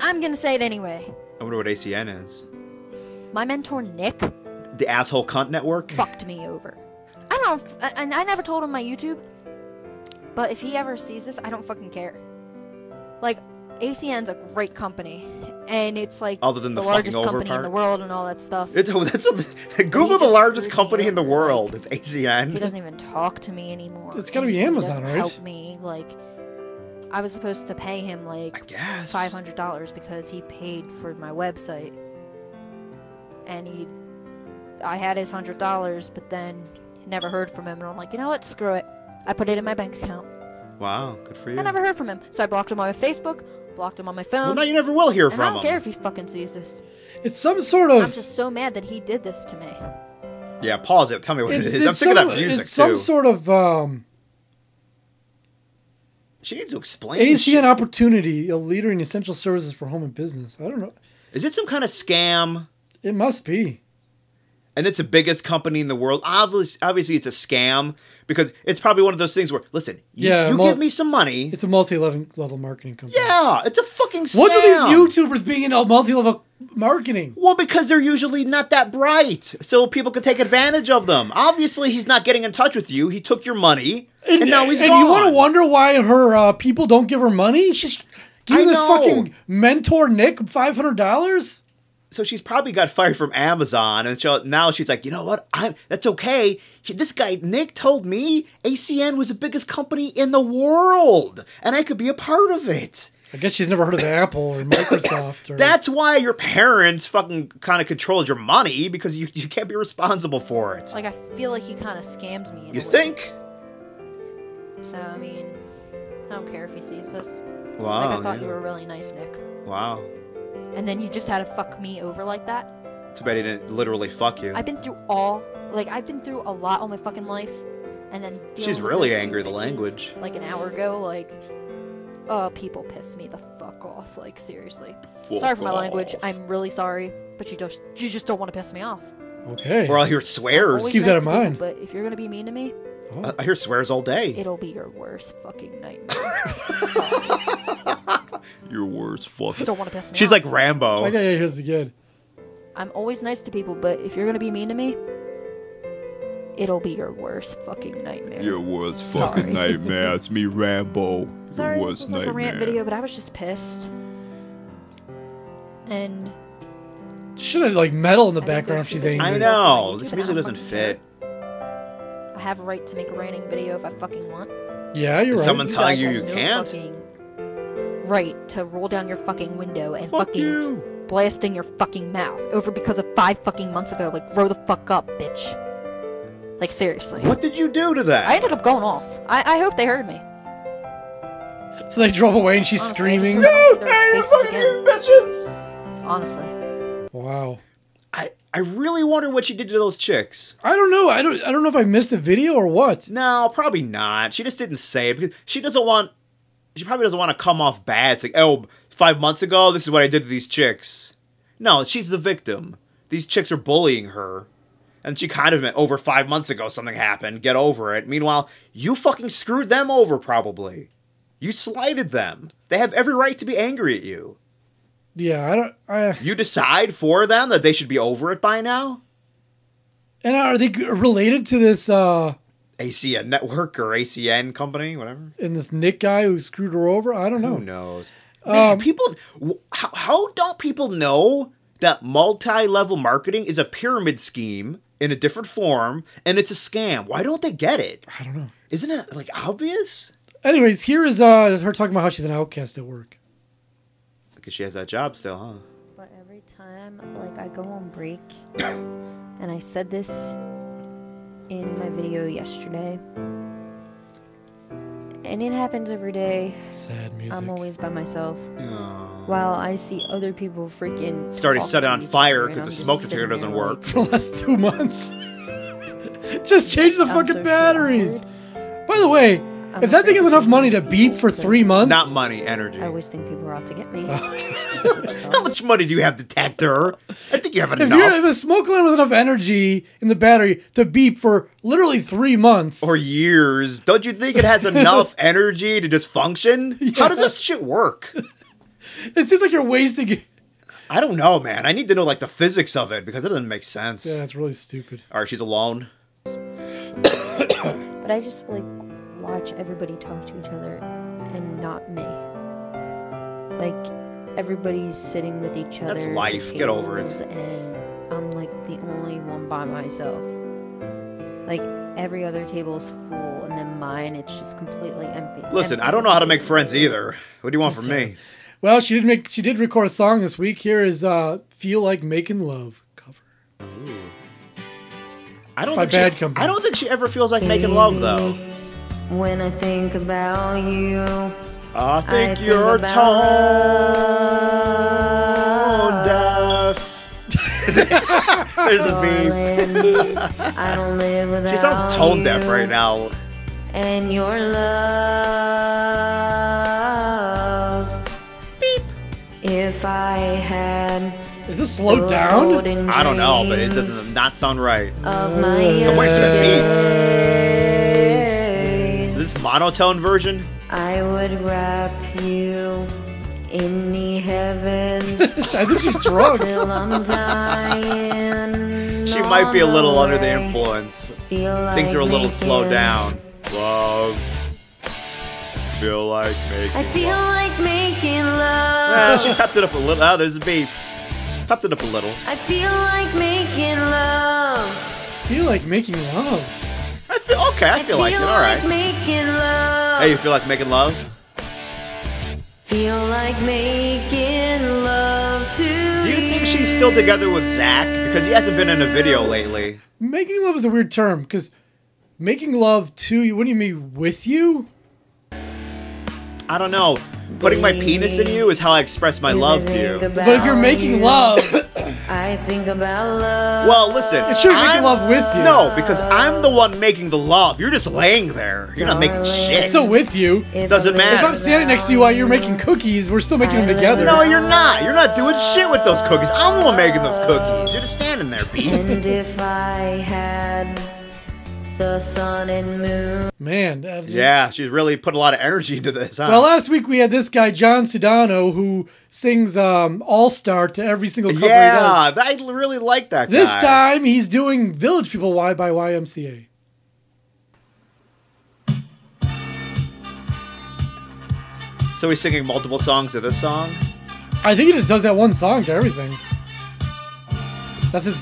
[SPEAKER 6] I'm gonna say it anyway.
[SPEAKER 1] I wonder what ACN is.
[SPEAKER 6] My mentor Nick
[SPEAKER 1] Hmm. The asshole cunt network.
[SPEAKER 6] fucked me over. I don't, f- I- and I never told him my YouTube. But if he ever sees this, I don't fucking care. Like, ACN's a great company, and it's like
[SPEAKER 1] Other than the fucking
[SPEAKER 6] largest
[SPEAKER 1] over
[SPEAKER 6] company in
[SPEAKER 1] part?
[SPEAKER 6] the world and all that stuff.
[SPEAKER 1] It's oh, that's a, Google
[SPEAKER 6] he
[SPEAKER 1] the
[SPEAKER 6] just
[SPEAKER 1] largest
[SPEAKER 6] screwed
[SPEAKER 1] company
[SPEAKER 6] me
[SPEAKER 1] in the
[SPEAKER 6] over,
[SPEAKER 1] world.
[SPEAKER 6] like-
[SPEAKER 1] It's ACN.
[SPEAKER 6] He doesn't even talk to me anymore.
[SPEAKER 2] It's gotta
[SPEAKER 6] and
[SPEAKER 2] be
[SPEAKER 6] he
[SPEAKER 2] Amazon,
[SPEAKER 6] doesn't
[SPEAKER 2] right?
[SPEAKER 6] Help me, like I was supposed to pay him
[SPEAKER 1] I
[SPEAKER 6] like
[SPEAKER 1] guess.
[SPEAKER 6] five hundred dollars because he paid for my website, and he, I had his hundred dollars, but then never heard from him, and I'm like, you know what? Screw it. I put it in my bank account.
[SPEAKER 1] Wow, good for you.
[SPEAKER 6] I never heard from him, so I blocked him on my Facebook, blocked him on my
[SPEAKER 1] well,
[SPEAKER 6] phone,
[SPEAKER 1] now you never will hear
[SPEAKER 6] and I
[SPEAKER 1] from
[SPEAKER 6] don't
[SPEAKER 1] him.
[SPEAKER 6] care if he fucking sees this.
[SPEAKER 2] It's some sort
[SPEAKER 6] I'm
[SPEAKER 2] of
[SPEAKER 6] just so mad that he did this to me.
[SPEAKER 1] Yeah, pause it. Tell me what
[SPEAKER 2] it's,
[SPEAKER 1] it is. I'm
[SPEAKER 2] it's
[SPEAKER 1] sick
[SPEAKER 2] some,
[SPEAKER 1] of that music
[SPEAKER 2] it's
[SPEAKER 1] too.
[SPEAKER 2] some sort of um,
[SPEAKER 1] she needs to explain. shit.
[SPEAKER 2] ACN opportunity, a leader in essential services for home and business. I don't know.
[SPEAKER 1] Is it some kind of scam?
[SPEAKER 2] It must be.
[SPEAKER 1] And it's the biggest company in the world. Obviously, obviously, it's a scam because it's probably one of those things where listen, you,
[SPEAKER 2] Yeah,
[SPEAKER 1] you
[SPEAKER 2] mul-
[SPEAKER 1] give me some money.
[SPEAKER 2] It's a multi-level level marketing company.
[SPEAKER 1] yeah, it's a fucking scam.
[SPEAKER 2] What are these YouTubers being in multi-level marketing?
[SPEAKER 1] Well, because they're usually not that bright, so people can take advantage of them. Obviously, he's not getting in touch with you. He took your money, and, now he's
[SPEAKER 2] and
[SPEAKER 1] gone.
[SPEAKER 2] you want to wonder why her uh, people don't give her money? She's
[SPEAKER 1] I
[SPEAKER 2] giving this
[SPEAKER 1] know.
[SPEAKER 2] fucking mentor Nick five hundred dollars.
[SPEAKER 1] So she's probably got fired from Amazon, and she'll, now she's like, you know what? I'm that's okay. He- this guy Nick told me ACN was the biggest company in the world, and I could be a part of it.
[SPEAKER 2] I guess she's never heard of Apple or Microsoft. Or,
[SPEAKER 1] That's why your parents fucking kind of controlled your money because you, you can't be responsible for it.
[SPEAKER 6] Like I feel like he kind of scammed me. In
[SPEAKER 1] you
[SPEAKER 6] a way.
[SPEAKER 1] think?
[SPEAKER 6] So I mean, I don't care if he sees this.
[SPEAKER 1] Wow.
[SPEAKER 6] Like I thought
[SPEAKER 1] yeah.
[SPEAKER 6] you were really nice, Nick.
[SPEAKER 1] Wow.
[SPEAKER 6] And then you just had to fuck me over like that.
[SPEAKER 1] Too bad he didn't literally fuck you.
[SPEAKER 6] I've been through all, like I've been through a lot all my fucking life, and then dealing
[SPEAKER 1] She's
[SPEAKER 6] with
[SPEAKER 1] really
[SPEAKER 6] those two
[SPEAKER 1] angry, the
[SPEAKER 6] bitches,
[SPEAKER 1] language.
[SPEAKER 6] Like an hour ago, like, uh, people pissed me the fuck off. Like seriously. sorry for my language.
[SPEAKER 1] off.
[SPEAKER 6] I'm really sorry, but you just you just don't want to piss me off.
[SPEAKER 2] okay.
[SPEAKER 1] Or I hear swears.
[SPEAKER 6] Always
[SPEAKER 2] Keep that
[SPEAKER 6] nice
[SPEAKER 2] in
[SPEAKER 6] to people,
[SPEAKER 2] mind.
[SPEAKER 6] But if you're gonna be mean to me,
[SPEAKER 1] I I hear swears all day.
[SPEAKER 6] it'll be your worst fucking nightmare.
[SPEAKER 1] Your worst fucking.
[SPEAKER 6] don't want to piss me
[SPEAKER 1] She's
[SPEAKER 6] off.
[SPEAKER 1] like Rambo.
[SPEAKER 2] Oh, I gotta hear this again.
[SPEAKER 6] I'm always nice to people, but if you're gonna be mean to me, it'll be your worst fucking nightmare.
[SPEAKER 7] Your worst
[SPEAKER 6] Sorry.
[SPEAKER 7] fucking nightmare. It's me, Rambo.
[SPEAKER 6] Sorry,
[SPEAKER 7] Your
[SPEAKER 6] this
[SPEAKER 7] worst
[SPEAKER 6] was like a rant
[SPEAKER 7] nightmare.
[SPEAKER 6] video, but I was just pissed. And
[SPEAKER 2] Should have like metal in the
[SPEAKER 6] I think
[SPEAKER 2] background
[SPEAKER 6] there's
[SPEAKER 2] if she's
[SPEAKER 6] people-
[SPEAKER 1] I
[SPEAKER 2] angry.
[SPEAKER 1] know.
[SPEAKER 6] This
[SPEAKER 1] This music
[SPEAKER 6] is on
[SPEAKER 1] doesn't
[SPEAKER 6] YouTube.
[SPEAKER 1] fit.
[SPEAKER 6] I have a right to make a ranting video if I fucking want.
[SPEAKER 2] Yeah, you're
[SPEAKER 1] Is
[SPEAKER 2] right.
[SPEAKER 1] someone
[SPEAKER 6] You
[SPEAKER 1] telling
[SPEAKER 6] guys
[SPEAKER 1] you
[SPEAKER 6] have
[SPEAKER 1] you
[SPEAKER 6] no
[SPEAKER 1] can't?
[SPEAKER 6] fucking Right to roll down your fucking window and
[SPEAKER 1] Fuck
[SPEAKER 6] fucking
[SPEAKER 1] you.
[SPEAKER 6] blasting your fucking mouth over because of five fucking months ago. Like, grow the fuck up, bitch. Like, seriously.
[SPEAKER 1] What did you do to
[SPEAKER 6] I
[SPEAKER 1] that?
[SPEAKER 6] ended up going off. I, I hope they heard me.
[SPEAKER 2] so they drove away and she's
[SPEAKER 6] Honestly, I just
[SPEAKER 2] screaming.
[SPEAKER 6] don't wanna see their faces again.
[SPEAKER 1] bitches.
[SPEAKER 6] Honestly.
[SPEAKER 2] Wow.
[SPEAKER 1] I I really wonder what she did to those chicks.
[SPEAKER 2] I don't know. I don't. I don't know if I missed a video or what.
[SPEAKER 1] No, probably not. She just didn't say it because she doesn't want. She probably doesn't want to come off bad. It's like, oh, five months ago, this is what I did to these chicks. No, she's the victim. These chicks are bullying her. And she kind of meant over five months ago something happened. Get over it. Meanwhile, you fucking screwed them over, probably. You slighted them. They have every right to be angry at you.
[SPEAKER 2] Yeah, I don't. I,
[SPEAKER 1] You decide for them that they should be over it by now?
[SPEAKER 2] and are they g- related to this? uh
[SPEAKER 1] ACN Network or ACN Company, whatever.
[SPEAKER 2] And this Nick guy who screwed her over? I don't know.
[SPEAKER 1] Who knows? Hmm. Man,
[SPEAKER 2] Um,
[SPEAKER 1] people, wh- how, how don't people know that multi-level marketing is a pyramid scheme in a different form and it's a scam? Why don't they get it?
[SPEAKER 2] I don't know.
[SPEAKER 1] Isn't it like obvious?
[SPEAKER 2] Anyways, here is uh her talking about how she's an outcast at work.
[SPEAKER 1] Because she has that job still, huh?
[SPEAKER 8] But every time, like, I go on break, and I said this in my video yesterday, and it happens every day.
[SPEAKER 2] Sad music.
[SPEAKER 8] I'm always by myself. While I see other people freaking.
[SPEAKER 1] Started
[SPEAKER 8] talk
[SPEAKER 1] set it
[SPEAKER 8] to
[SPEAKER 1] on
[SPEAKER 8] each other,
[SPEAKER 1] fire
[SPEAKER 8] and
[SPEAKER 1] 'cause
[SPEAKER 8] I'm
[SPEAKER 1] the
[SPEAKER 8] just
[SPEAKER 1] smoke
[SPEAKER 8] sitting
[SPEAKER 1] detector
[SPEAKER 8] there
[SPEAKER 1] doesn't
[SPEAKER 8] like,
[SPEAKER 1] work.
[SPEAKER 2] for the last two months. Just change the
[SPEAKER 8] I'm
[SPEAKER 2] fucking
[SPEAKER 8] so
[SPEAKER 2] batteries. By the way, if that thing has
[SPEAKER 8] afraid
[SPEAKER 2] enough
[SPEAKER 8] to
[SPEAKER 2] money to
[SPEAKER 8] be
[SPEAKER 2] beep for three months,
[SPEAKER 1] Not money, energy.
[SPEAKER 8] I always think people are out to get me.
[SPEAKER 1] How much money do you have, detector? I think you have
[SPEAKER 2] if you're
[SPEAKER 1] enough.
[SPEAKER 2] if a smoke alarm with enough energy in the battery to beep for literally three months,
[SPEAKER 1] Or years. Don't you think it has enough energy to just function? How does this shit work?
[SPEAKER 2] it seems like you're wasting. it.
[SPEAKER 1] I don't know, man. I need to know like the physics of it because it doesn't make sense.
[SPEAKER 2] Yeah, it's really stupid.
[SPEAKER 1] All right, she's alone.
[SPEAKER 8] But I just like watch everybody talk to each other and not me. Like everybody's sitting with each other.
[SPEAKER 1] That's
[SPEAKER 8] at
[SPEAKER 1] life. Get over it.
[SPEAKER 8] tables, And I'm like the only one by myself. Like every other table's full, and then mine it's just completely empty.
[SPEAKER 1] Listen,
[SPEAKER 8] empty.
[SPEAKER 1] I don't know how to make friends either. What do you want from me?
[SPEAKER 2] Well, she did make she did record a song this week. Here is uh, "Feel Like Making Love" cover.
[SPEAKER 1] I don't
[SPEAKER 2] By
[SPEAKER 1] think she,
[SPEAKER 2] bad company.
[SPEAKER 1] I don't think she ever feels like making love though.
[SPEAKER 8] When I think about you,
[SPEAKER 1] I
[SPEAKER 8] I
[SPEAKER 1] think
[SPEAKER 8] think
[SPEAKER 1] you're
[SPEAKER 8] about
[SPEAKER 1] tone deaf. There's a beep.
[SPEAKER 8] darling, I don't live without
[SPEAKER 1] She sounds tone deaf
[SPEAKER 8] you.
[SPEAKER 1] right now.
[SPEAKER 8] and your love. Beep. If I had
[SPEAKER 2] Is this slowed down?
[SPEAKER 1] I don't know, but it doesn't not sound right.
[SPEAKER 8] of my
[SPEAKER 1] The way to the beat.
[SPEAKER 8] yesterdays,
[SPEAKER 1] Is this monotone version?
[SPEAKER 8] I would wrap you in the heavens
[SPEAKER 2] I think she's drunk.
[SPEAKER 8] till I'm dying.
[SPEAKER 1] She might be a little under the
[SPEAKER 8] Alright.
[SPEAKER 1] influence.
[SPEAKER 8] Feel
[SPEAKER 1] Things
[SPEAKER 8] like
[SPEAKER 1] are a little slowed
[SPEAKER 8] making-
[SPEAKER 1] down. Love. Feel like
[SPEAKER 8] I
[SPEAKER 1] making.
[SPEAKER 8] feel like making love.
[SPEAKER 1] Ah, she pepped it up a little. Ah, there's a beep. Pepped it up a little.
[SPEAKER 8] I feel like making love.
[SPEAKER 2] Feel like making love.
[SPEAKER 1] I feel okay. I feel like it. All right.
[SPEAKER 8] making love.
[SPEAKER 1] Hey, you feel like making love?
[SPEAKER 8] Feel like making love to
[SPEAKER 1] Do you think she's still together with Zach? Because he hasn't been in a video lately.
[SPEAKER 2] Making love is a weird term because making love to you. What do you mean with you?
[SPEAKER 1] I don't know. Putting my penis in you is how I express my love to you.
[SPEAKER 2] But if you're making love,
[SPEAKER 8] I think about love.
[SPEAKER 1] Well, listen.
[SPEAKER 2] it should be making
[SPEAKER 1] I'm-
[SPEAKER 2] love with you.
[SPEAKER 1] No, because I'm the one making the love. You're just laying there. You're not making shit.
[SPEAKER 2] it's still with you.
[SPEAKER 8] If
[SPEAKER 1] doesn't
[SPEAKER 8] I'm
[SPEAKER 1] matter.
[SPEAKER 2] If I'm standing next to you while you're making cookies, we're still making them together.
[SPEAKER 1] No, you're not. You're not doing shit with those cookies. I'm the one making those cookies. You're just standing there, B.
[SPEAKER 8] And if I had the sun and moon.
[SPEAKER 2] Man. uh,
[SPEAKER 1] yeah, she's really put a lot of energy into this, huh?
[SPEAKER 2] Well, last week we had this guy John Sudano who sings um, All Star to every single cover he does.
[SPEAKER 1] yeah, I really like that
[SPEAKER 2] This
[SPEAKER 1] guy.
[SPEAKER 2] time he's doing Village People Y by YMCA.
[SPEAKER 1] So he's singing multiple songs of this song?
[SPEAKER 2] I think he just does that one song to everything. That's his.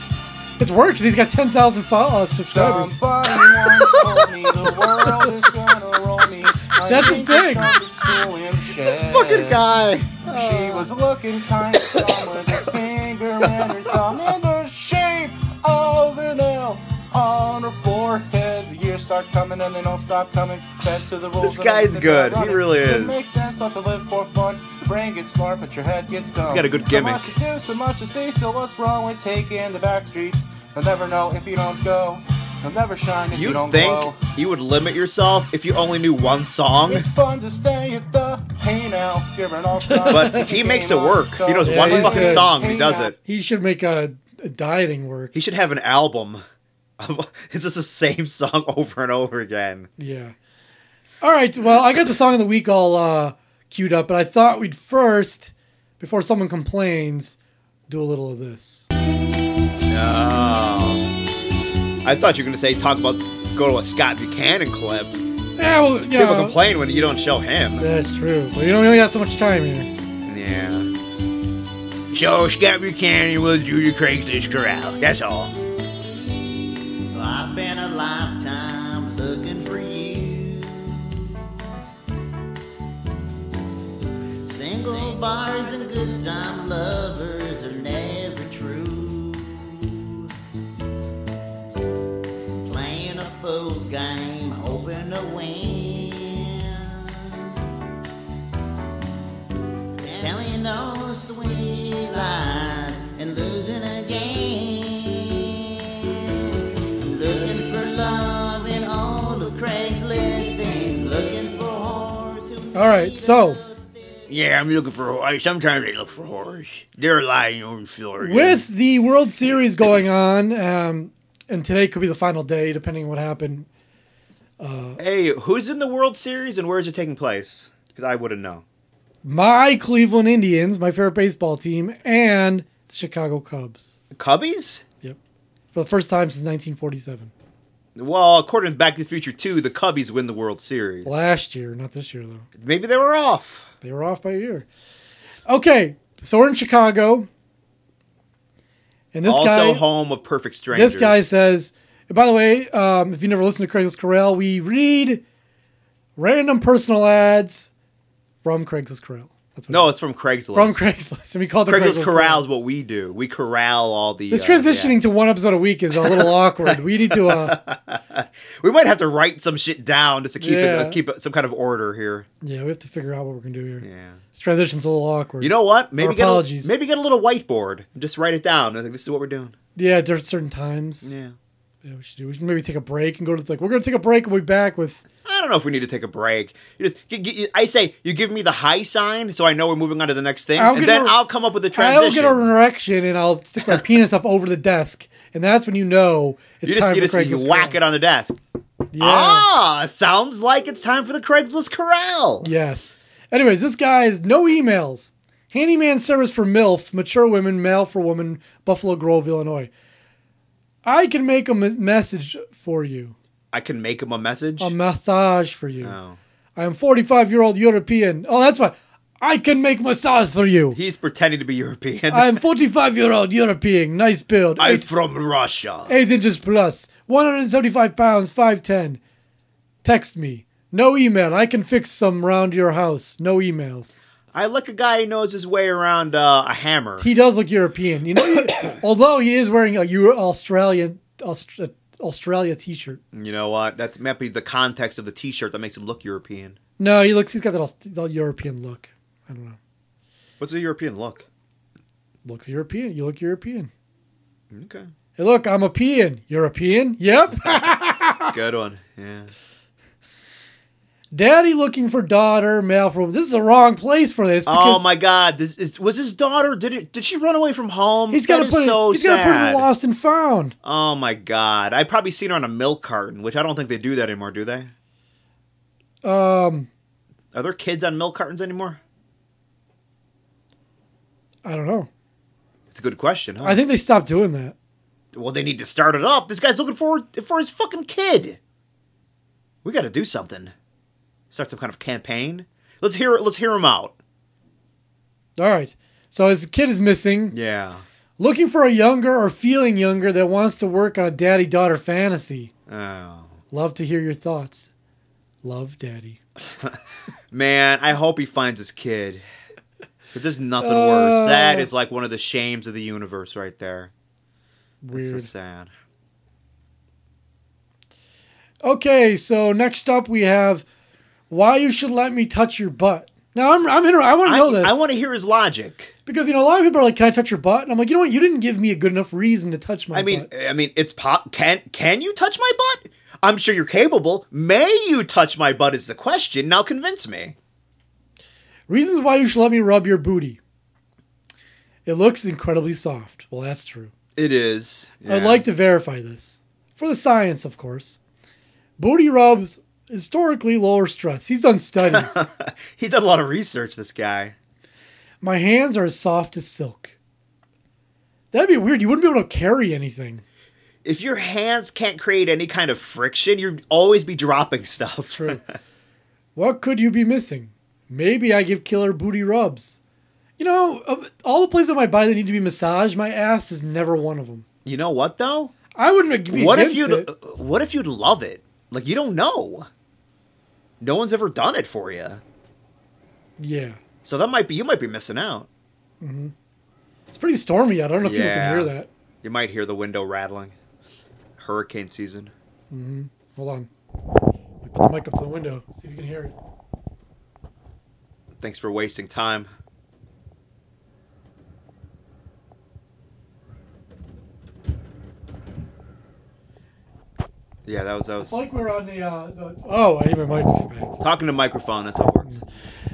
[SPEAKER 2] It's work 'cause he's got ten thousand fo- uh, subscribers.
[SPEAKER 5] Somebody once told me the world is gonna roll me. I
[SPEAKER 2] That's his
[SPEAKER 5] think
[SPEAKER 2] thing.
[SPEAKER 5] it's true and shit.
[SPEAKER 1] Fucking guy.
[SPEAKER 5] She was looking kind of dumb with her finger and her thumb in the shape of an L on her forehead. The years start coming and they don't stop coming. Fed to the rules.
[SPEAKER 1] This
[SPEAKER 5] and
[SPEAKER 1] guy's
[SPEAKER 5] everything
[SPEAKER 1] good.
[SPEAKER 5] about
[SPEAKER 1] He
[SPEAKER 5] running.
[SPEAKER 1] really
[SPEAKER 5] It
[SPEAKER 1] is.
[SPEAKER 5] makes sense not to live for fun. Your brain gets smart, but your head gets dumb.
[SPEAKER 1] got a good gimmick.
[SPEAKER 5] So much to do, so much to see. So what's wrong with taking the back streets? You'll never know if you don't go. You'll never shine if you
[SPEAKER 1] You'd
[SPEAKER 5] don't
[SPEAKER 1] think
[SPEAKER 5] glow.
[SPEAKER 1] you would limit yourself if you only knew one song?
[SPEAKER 5] It's fun to stay at the hey now. You're an all-star.
[SPEAKER 1] But he makes it work. He knows
[SPEAKER 2] Yeah,
[SPEAKER 1] one
[SPEAKER 2] he's
[SPEAKER 1] fucking
[SPEAKER 2] good.
[SPEAKER 1] song and he does it.
[SPEAKER 2] He should make a, a dieting work.
[SPEAKER 1] He should have an album. of- It's just the same song over and over again.
[SPEAKER 2] Yeah. All right. Well, I got the song of the week all uh, queued up, but I thought we'd first, before someone complains, do a little of this.
[SPEAKER 1] Oh. I thought you were gonna say talk about go to a Scott Buchanan clip.
[SPEAKER 2] Yeah. Well, you
[SPEAKER 1] People
[SPEAKER 2] know,
[SPEAKER 1] complain when you don't show him.
[SPEAKER 2] That's true. But you don't really got so much time here.
[SPEAKER 1] Yeah. So Scott Buchanan will do the Craigslist corral. That's all. I spent a lifetime looking for you.
[SPEAKER 9] Single bars and good time lovers are never true. Playing a fool's game, hoping to win. Telling those sweet lies and losing again. I'm looking for love in all of Craigslist things. Looking for whores who
[SPEAKER 2] All right, so
[SPEAKER 1] Yeah, I'm looking for. I, sometimes I look for horrors. They're lying on Florida.
[SPEAKER 2] with the World Series going on, um, and today could be the final day, depending on what happened.
[SPEAKER 1] hey, who's in the World Series and where is it taking place? Because I wouldn't know.
[SPEAKER 2] My Cleveland Indians, my favorite baseball team, and the Chicago Cubs.
[SPEAKER 1] Cubbies?
[SPEAKER 2] Yep, for the first time since 1947.
[SPEAKER 1] Well, according to Back to the Future 2, the Cubbies win the World Series.
[SPEAKER 2] Last year, not this year though.
[SPEAKER 1] Maybe they were off.
[SPEAKER 2] They were off by a year. Okay, so we're in Chicago, and this
[SPEAKER 1] also,
[SPEAKER 2] guy,
[SPEAKER 1] home of Perfect Strangers.
[SPEAKER 2] this guy says. and By the way, um, if you never listened to Craigslist Corral, we read random personal ads from Craigslist Corral. That's what
[SPEAKER 1] No, it's from Craigslist.
[SPEAKER 2] from Craigslist, and we called it
[SPEAKER 1] Craigslist Corral is what we do. We corral all the.
[SPEAKER 2] This
[SPEAKER 1] uh,
[SPEAKER 2] transitioning
[SPEAKER 1] yeah.
[SPEAKER 2] to one episode a week is a little awkward. We need to uh,
[SPEAKER 1] We might have to write some shit down just to keep it,
[SPEAKER 2] Yeah.
[SPEAKER 1] uh, keep it, some kind of order here.
[SPEAKER 2] yeah, we have to figure out what we're gonna do here.
[SPEAKER 1] Yeah.
[SPEAKER 2] This transition's a little awkward.
[SPEAKER 1] You know what? Maybe get a,
[SPEAKER 2] apologies.
[SPEAKER 1] maybe get a little whiteboard. And just write it down. I think this is what we're doing.
[SPEAKER 2] yeah, there's certain times
[SPEAKER 1] Yeah.
[SPEAKER 2] yeah, we should do. We should maybe take a break and go to like we're gonna take a break and we'll be back with
[SPEAKER 1] I don't know if we need to take a break. You just, g- g- I say you give me the high sign, so I know we're moving on to the next thing,
[SPEAKER 2] I'll
[SPEAKER 1] and
[SPEAKER 2] get
[SPEAKER 1] then
[SPEAKER 2] a-
[SPEAKER 1] i I'll come up with a
[SPEAKER 2] I'll
[SPEAKER 1] transition.
[SPEAKER 2] get an erection and I'll stick my penis up over the desk, and that's when you know it's
[SPEAKER 1] you just,
[SPEAKER 2] time
[SPEAKER 1] you
[SPEAKER 2] for
[SPEAKER 1] just
[SPEAKER 2] Craigslist.
[SPEAKER 1] you whack it
[SPEAKER 2] Corral.
[SPEAKER 1] on the desk.
[SPEAKER 2] Yeah.
[SPEAKER 1] Ah, sounds like it's time for the Craigslist corral.
[SPEAKER 2] Yes. Anyways, this guy is no emails. Handyman service for MILF, mature women, male for woman, Buffalo Grove, Illinois. I can make a m- message for you,
[SPEAKER 1] I can make him a message.
[SPEAKER 2] a massage for you.
[SPEAKER 1] no.
[SPEAKER 2] I am 45 year old European. Oh, that's why. I can make massage for you.
[SPEAKER 1] He's pretending to be European.
[SPEAKER 2] I am 45 year old European. Nice build.
[SPEAKER 1] I'm
[SPEAKER 2] Eight,
[SPEAKER 1] from Russia.
[SPEAKER 2] eight inches plus. 175 pounds, 5'10. Text me. No email. I can fix some round your house. No emails.
[SPEAKER 1] I like a guy who knows his way around uh, a hammer.
[SPEAKER 2] He does look European, you know. although he is wearing a Euro- Australian Aust- uh, Australia t-shirt.
[SPEAKER 1] you know what? That might be the context of the T-shirt that makes him look European.
[SPEAKER 2] No, he looks. He's got that, Aust- that European look. I don't know.
[SPEAKER 1] What's a European look?
[SPEAKER 2] Looks European. You look European.
[SPEAKER 1] Okay,
[SPEAKER 2] Hey, look, I'm a peon. European. Yep. Ah.
[SPEAKER 1] good one. Yeah.
[SPEAKER 2] Daddy looking for daughter. Male for woman. This is the wrong place for this.
[SPEAKER 1] Oh
[SPEAKER 2] because
[SPEAKER 1] my God! This is, was his daughter? Did it? Did she run away from home?
[SPEAKER 2] He's
[SPEAKER 1] got
[SPEAKER 2] got to put.
[SPEAKER 1] so
[SPEAKER 2] it, he's got to put it
[SPEAKER 1] sad.
[SPEAKER 2] in lost and found.
[SPEAKER 1] Oh my God! I probably seen her on a milk carton, which I don't think they do that anymore, do they?
[SPEAKER 2] Um,
[SPEAKER 1] Are there kids on milk cartons anymore?
[SPEAKER 2] I don't know.
[SPEAKER 1] It's a good question. Huh?
[SPEAKER 2] I think they stopped doing that.
[SPEAKER 1] Well, they need to start it up. This guy's looking for for his fucking kid. We got to do something. Start some kind of campaign. Let's hear let's hear him out.
[SPEAKER 2] All right. So his kid is missing.
[SPEAKER 1] Yeah.
[SPEAKER 2] Looking for a younger or feeling younger that wants to work on a daddy daughter fantasy.
[SPEAKER 1] Oh.
[SPEAKER 2] Love to hear your thoughts. Love daddy.
[SPEAKER 1] Man, I hope he finds his kid. 'Cause there's nothing
[SPEAKER 2] Uh.
[SPEAKER 1] worse. That is like one of the shames of the universe right there. That's so
[SPEAKER 2] Weird.
[SPEAKER 1] sad.
[SPEAKER 2] Okay, so next up we have why you should let me touch your butt. Now I'm I'm inter- I want to
[SPEAKER 1] I,
[SPEAKER 2] know this
[SPEAKER 1] I want to hear his logic.
[SPEAKER 2] because you know a lot of people are like, "Can I touch your butt?" And I'm like, "You know what? You didn't give me a good enough reason to touch my
[SPEAKER 1] I mean,
[SPEAKER 2] butt."
[SPEAKER 1] I mean, it's pop. Can can you touch my butt? I'm sure you're capable. May you touch my butt is the question. Now convince me.
[SPEAKER 2] Reasons why you should let me rub your booty. It looks incredibly soft. Well, that's true.
[SPEAKER 1] It is.
[SPEAKER 2] I'd like to verify this. For the science, of course. Booty rubs historically lower stress. He's done studies.
[SPEAKER 1] He did a lot of research. This guy.
[SPEAKER 2] My hands are as soft as silk. That'd be weird. You wouldn't be able to carry anything.
[SPEAKER 1] If your hands can't create any kind of friction, you'd always be dropping stuff.
[SPEAKER 2] True. what could you be missing? Maybe I give killer booty rubs. You know, of all the places on my body that need to be massaged, my ass is never one of them.
[SPEAKER 1] you know what though?
[SPEAKER 2] I wouldn't be
[SPEAKER 1] what if
[SPEAKER 2] against
[SPEAKER 1] you'd uh,
[SPEAKER 2] it.
[SPEAKER 1] what if you'd love it? Like you don't know. No one's ever done it for you.
[SPEAKER 2] Yeah.
[SPEAKER 1] So that might be you might be missing out.
[SPEAKER 2] It's pretty stormy out. I don't know if people
[SPEAKER 1] Yeah.
[SPEAKER 2] can hear that.
[SPEAKER 1] You might hear the window rattling. Hurricane season.
[SPEAKER 2] Hold on. Let me Put the mic up to the window. See if you can hear it.
[SPEAKER 1] Thanks for wasting time. Yeah, that was that was
[SPEAKER 2] It's like we're on the. Uh, the oh, I need my mic back.
[SPEAKER 1] talking to microphone. That's how it works.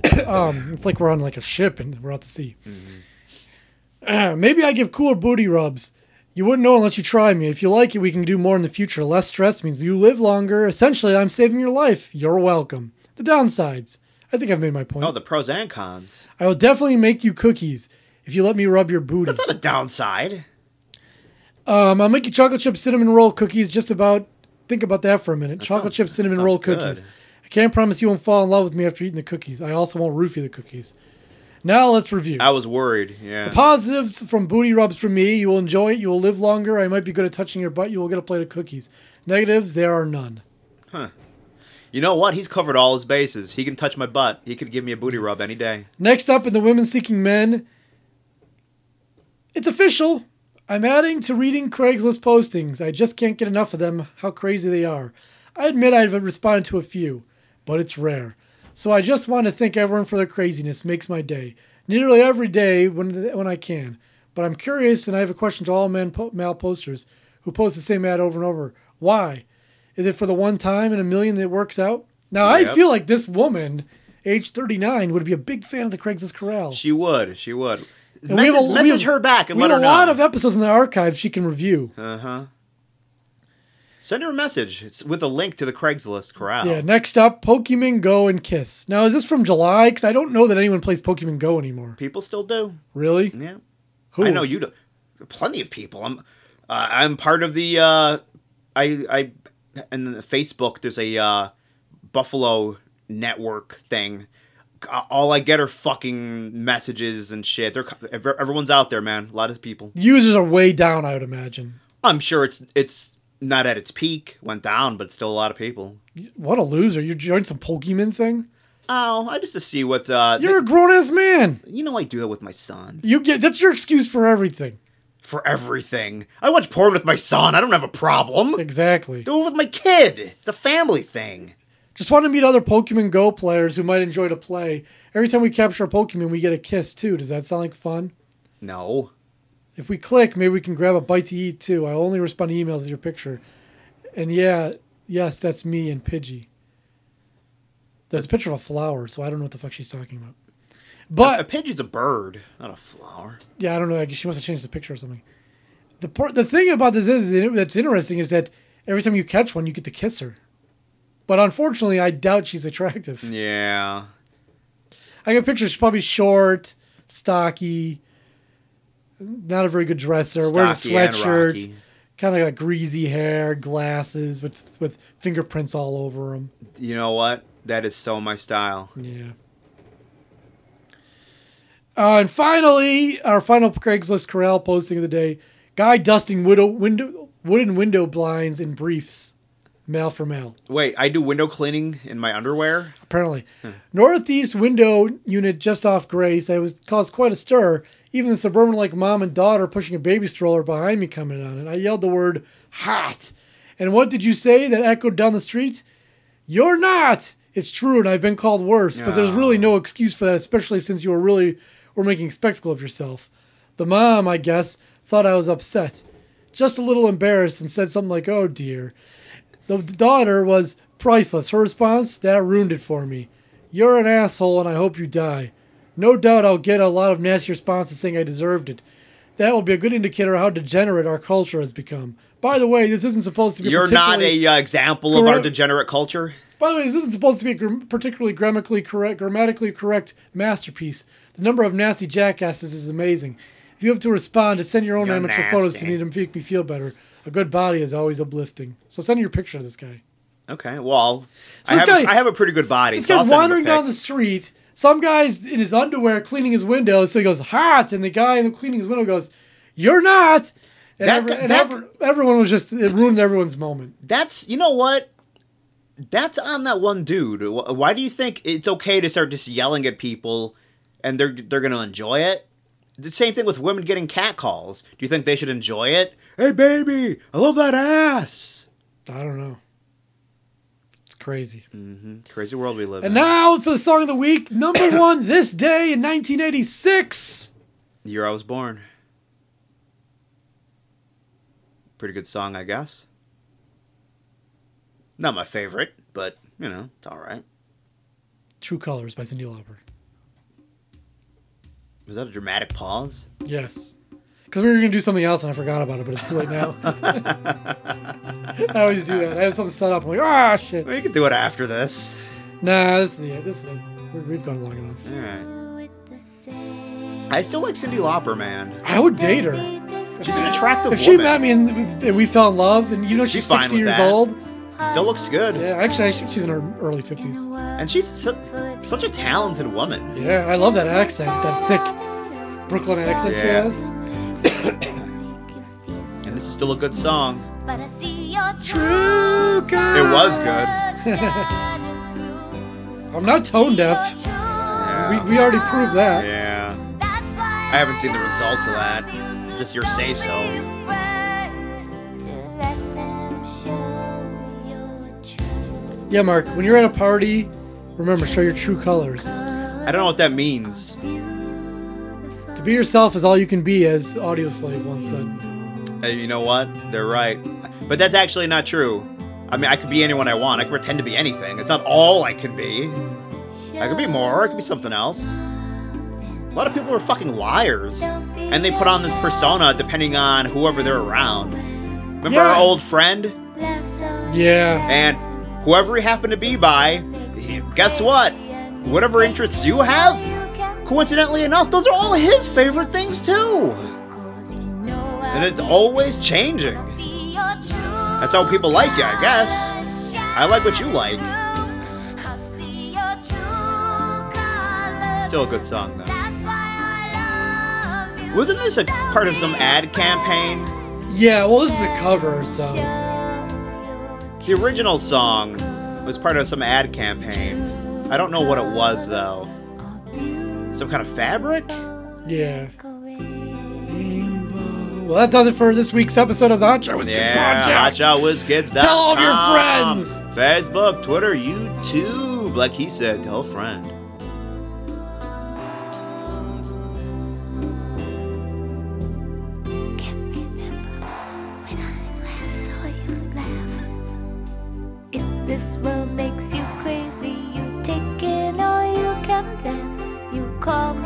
[SPEAKER 2] Mm-hmm. Um, it's like we're on like a ship and we're out to sea.
[SPEAKER 1] Mm-hmm.
[SPEAKER 2] Maybe I give cooler booty rubs. You wouldn't know unless you try me. If you like it, we can do more in the future. Less stress means you live longer. Essentially, I'm saving your life. You're welcome. The downsides. I think I've made my point.
[SPEAKER 1] Oh, the pros and cons.
[SPEAKER 2] I will definitely make you cookies if you let me rub your booty.
[SPEAKER 1] That's not a downside.
[SPEAKER 2] Um, I'll make you chocolate chip cinnamon roll cookies. Just about think about that for a minute. chocolate
[SPEAKER 1] sounds-
[SPEAKER 2] chip
[SPEAKER 1] that
[SPEAKER 2] cinnamon
[SPEAKER 1] sounds
[SPEAKER 2] roll
[SPEAKER 1] good.
[SPEAKER 2] cookies. I can't promise you won't fall in love with me after eating the cookies. I also won't roof you the cookies. Now let's review.
[SPEAKER 1] I was worried. Yeah.
[SPEAKER 2] Positives from booty rubs from me. You will enjoy it. You will live longer. I might be good at touching your butt. You will get a plate of cookies. Negatives, there are none.
[SPEAKER 1] You know what? He's covered all his bases. He can touch my butt. He could give me a booty rub any day.
[SPEAKER 2] Next up in the Women Seeking Men, it's official. I'm adding to reading Craigslist postings. I just can't get enough of them, how crazy they are. I admit I've responded to a few, but it's rare. So I just want to thank everyone for their craziness. Makes my day. Nearly every day when, when I can. But I'm curious and I have a question to all men po- male posters who post the same ad over and over. Why? Is it for the one time in a million that works out? Now I
[SPEAKER 1] Yep.
[SPEAKER 2] feel like this woman, age 39, would be a big fan of the Craigslist Corral.
[SPEAKER 1] She would. She would.
[SPEAKER 2] And we
[SPEAKER 1] Message,
[SPEAKER 2] have a- we
[SPEAKER 1] message
[SPEAKER 2] have-
[SPEAKER 1] her back and
[SPEAKER 2] we
[SPEAKER 1] let her
[SPEAKER 2] have
[SPEAKER 1] know.
[SPEAKER 2] a lot of episodes in the archive she can review.
[SPEAKER 1] Uh huh. Send her a message. It's with a link to the Craigslist corral.
[SPEAKER 2] Yeah. Next up, Pokemon Go and Kiss. Now, is this from July? Because I don't know that anyone plays Pokemon Go anymore.
[SPEAKER 1] People still do.
[SPEAKER 2] Really?
[SPEAKER 1] Yeah.
[SPEAKER 2] Who?
[SPEAKER 1] I know you do. Plenty of people. I'm. Uh, I'm part of the. Uh, I I and then Facebook. There's a uh, Buffalo network thing. Uh, All I get are fucking messages and shit. They're co- ev- everyone's out there, man. A lot of people.
[SPEAKER 2] Users are way down, I would imagine.
[SPEAKER 1] I'm sure it's it's not at its peak. Went down, but still a lot of people.
[SPEAKER 2] What a loser! You joined some Pokemon thing.
[SPEAKER 1] Oh, I just to see what. Uh,
[SPEAKER 2] You're a grown ass man.
[SPEAKER 1] you know I do that with my son
[SPEAKER 2] You get that's your excuse for everything.
[SPEAKER 1] for everything. I watch porn with my son. I don't have a problem.
[SPEAKER 2] Exactly.
[SPEAKER 1] Do it with my kid. It's a family thing.
[SPEAKER 2] Just want to meet other Pokemon Go players who might enjoy to play. Every time we capture a Pokemon, we get a kiss too. Does that sound like fun?
[SPEAKER 1] No.
[SPEAKER 2] If we click, maybe we can grab a bite to eat too. I only respond to emails with your picture. And yeah, yes, that's me and Pidgey. There's a picture of a flower, so I don't know what the fuck she's talking about.
[SPEAKER 1] a
[SPEAKER 2] But
[SPEAKER 1] pigeon's a bird, not a flower.
[SPEAKER 2] yeah, I don't know. I guess she must have changed the picture or something. The part, the thing about this is is that's interesting is that every time you catch one, you get to kiss her. But unfortunately, I doubt she's attractive.
[SPEAKER 1] Yeah.
[SPEAKER 2] I get pictures. She's probably short, stocky, not a very good dresser. wears a
[SPEAKER 1] Stocky and
[SPEAKER 2] sweatshirt,
[SPEAKER 1] rocky.
[SPEAKER 2] kind of got greasy hair, glasses with with fingerprints all over them.
[SPEAKER 1] You know what? That is so my style.
[SPEAKER 2] Yeah. Uh, and finally, our final Craigslist Corral posting of the day: guy dusting widow, window wooden window blinds in briefs, mail for mail.
[SPEAKER 1] Wait, I do window cleaning in my underwear.
[SPEAKER 2] apparently. Northeast window unit just off Grace. I was caused quite a stir. Even the suburban like mom and daughter pushing a baby stroller behind me coming on it. I yelled the word hot. And what did you say that echoed down the street? You're not. It's true, and I've been called worse, but there's really no excuse for that, especially since you were really were making a spectacle of yourself. The mom, I guess, thought I was upset, just a little embarrassed, and said something like, "Oh dear." The daughter was priceless. Her response that ruined it for me. You're an asshole, and I hope you die. No doubt I'll get a lot of nasty responses saying I deserved it. That will be a good indicator of how degenerate our culture has become. By the way, this isn't supposed to be.
[SPEAKER 1] You're not
[SPEAKER 2] particularly-
[SPEAKER 1] a uh, example of our
[SPEAKER 2] Correct.
[SPEAKER 1] degenerate culture.
[SPEAKER 2] by the way, this isn't supposed to be a gr- particularly grammatically correct, grammatically correct masterpiece. The number of nasty jackasses is amazing. If you have to respond, to send your own
[SPEAKER 1] You're
[SPEAKER 2] amateur photos to
[SPEAKER 1] nasty.
[SPEAKER 2] me to make me feel better. A good body is always uplifting. So send your picture of this guy.
[SPEAKER 1] Okay, well, I,
[SPEAKER 2] this
[SPEAKER 1] have,
[SPEAKER 2] guy-
[SPEAKER 1] I have a pretty good body.
[SPEAKER 2] This
[SPEAKER 1] so I'll
[SPEAKER 2] guy's
[SPEAKER 1] send him a
[SPEAKER 2] wandering
[SPEAKER 1] pic.
[SPEAKER 2] down the street. Some guy's in his underwear cleaning his window, so he goes hot, and the guy in the cleaning his window goes, "You're not." And,
[SPEAKER 1] That
[SPEAKER 2] every,
[SPEAKER 1] guy-
[SPEAKER 2] and
[SPEAKER 1] that-
[SPEAKER 2] every- everyone was just it ruined everyone's moment.
[SPEAKER 1] That's you know what. That's on that one dude. Wh- Why do you think it's okay to start just yelling at people and they're they're gonna enjoy it. The same thing with women getting catcalls. Do you think they should enjoy it? Hey, baby, I love that ass.
[SPEAKER 2] I don't know. It's crazy.
[SPEAKER 1] Crazy world we live
[SPEAKER 2] And
[SPEAKER 1] in.
[SPEAKER 2] now for the song of the week, number one this day in 1986.
[SPEAKER 1] the year I was born. Pretty good song, I guess. Not my favorite, but you know, it's all right.
[SPEAKER 2] True Colors by Cindy Lauper.
[SPEAKER 1] Was that a dramatic pause?
[SPEAKER 2] Yes. Because we were going to do something else and I forgot about it, but it's too late now. I always do that. I have something set up. I'm like, ah, shit.
[SPEAKER 1] We can do it after this.
[SPEAKER 2] Nah, this is the This is the, we- We've gone long enough.
[SPEAKER 1] All right. I still like Cindy Lauper, man.
[SPEAKER 2] I would date her.
[SPEAKER 1] She's an attractive
[SPEAKER 2] If she
[SPEAKER 1] woman.
[SPEAKER 2] met me and, and we fell in love, and you know she's,
[SPEAKER 1] She's fine
[SPEAKER 2] 60
[SPEAKER 1] with
[SPEAKER 2] years
[SPEAKER 1] that.
[SPEAKER 2] old.
[SPEAKER 1] still looks good,
[SPEAKER 2] Yeah, actually, I think she's in her early 50s.
[SPEAKER 1] and she's su- such a talented woman.
[SPEAKER 2] Yeah, I love that accent, that thick Brooklyn accent she
[SPEAKER 1] Yeah.
[SPEAKER 2] has.
[SPEAKER 1] And this is still a good song.
[SPEAKER 3] But I see your
[SPEAKER 2] True
[SPEAKER 1] It was good.
[SPEAKER 2] I'm not tone deaf. We, we already proved that.
[SPEAKER 1] Yeah. I haven't seen the results of that. Just your say so.
[SPEAKER 2] Yeah, Mark, when you're at a party, remember, show your true colors.
[SPEAKER 1] I don't know what that means.
[SPEAKER 2] To be yourself is all you can be, as Audio Slave once said.
[SPEAKER 1] Hey, you know what? They're right. But that's actually not true. I mean, I could be anyone I want. I can pretend to be anything. It's not all I can be. I could be more. I could be something else. A lot of people are fucking liars. And they put on this persona depending on whoever they're around. Remember
[SPEAKER 2] Yeah.
[SPEAKER 1] our old friend?
[SPEAKER 2] Yeah.
[SPEAKER 1] And whoever he happened to be by, guess what? Whatever interests you have, coincidentally enough, those are all his favorite things too. And it's always changing. That's how people like you, I guess. I like what you like. Still a good song, though. Wasn't this a part of some ad campaign?
[SPEAKER 2] Yeah, well, this is a cover, so.
[SPEAKER 1] The original song was part of some ad campaign. I don't know what it was, though. Some kind of fabric?
[SPEAKER 2] Yeah. Well, that does it for this week's episode of the Hot Show with Kids
[SPEAKER 1] Yeah,
[SPEAKER 2] Podcast.
[SPEAKER 1] watch out, WizKids.
[SPEAKER 2] Tell all of your friends.
[SPEAKER 1] Facebook, Twitter, YouTube. Like he said, tell a friend.
[SPEAKER 3] If This world makes you crazy. You take in all you can, then you call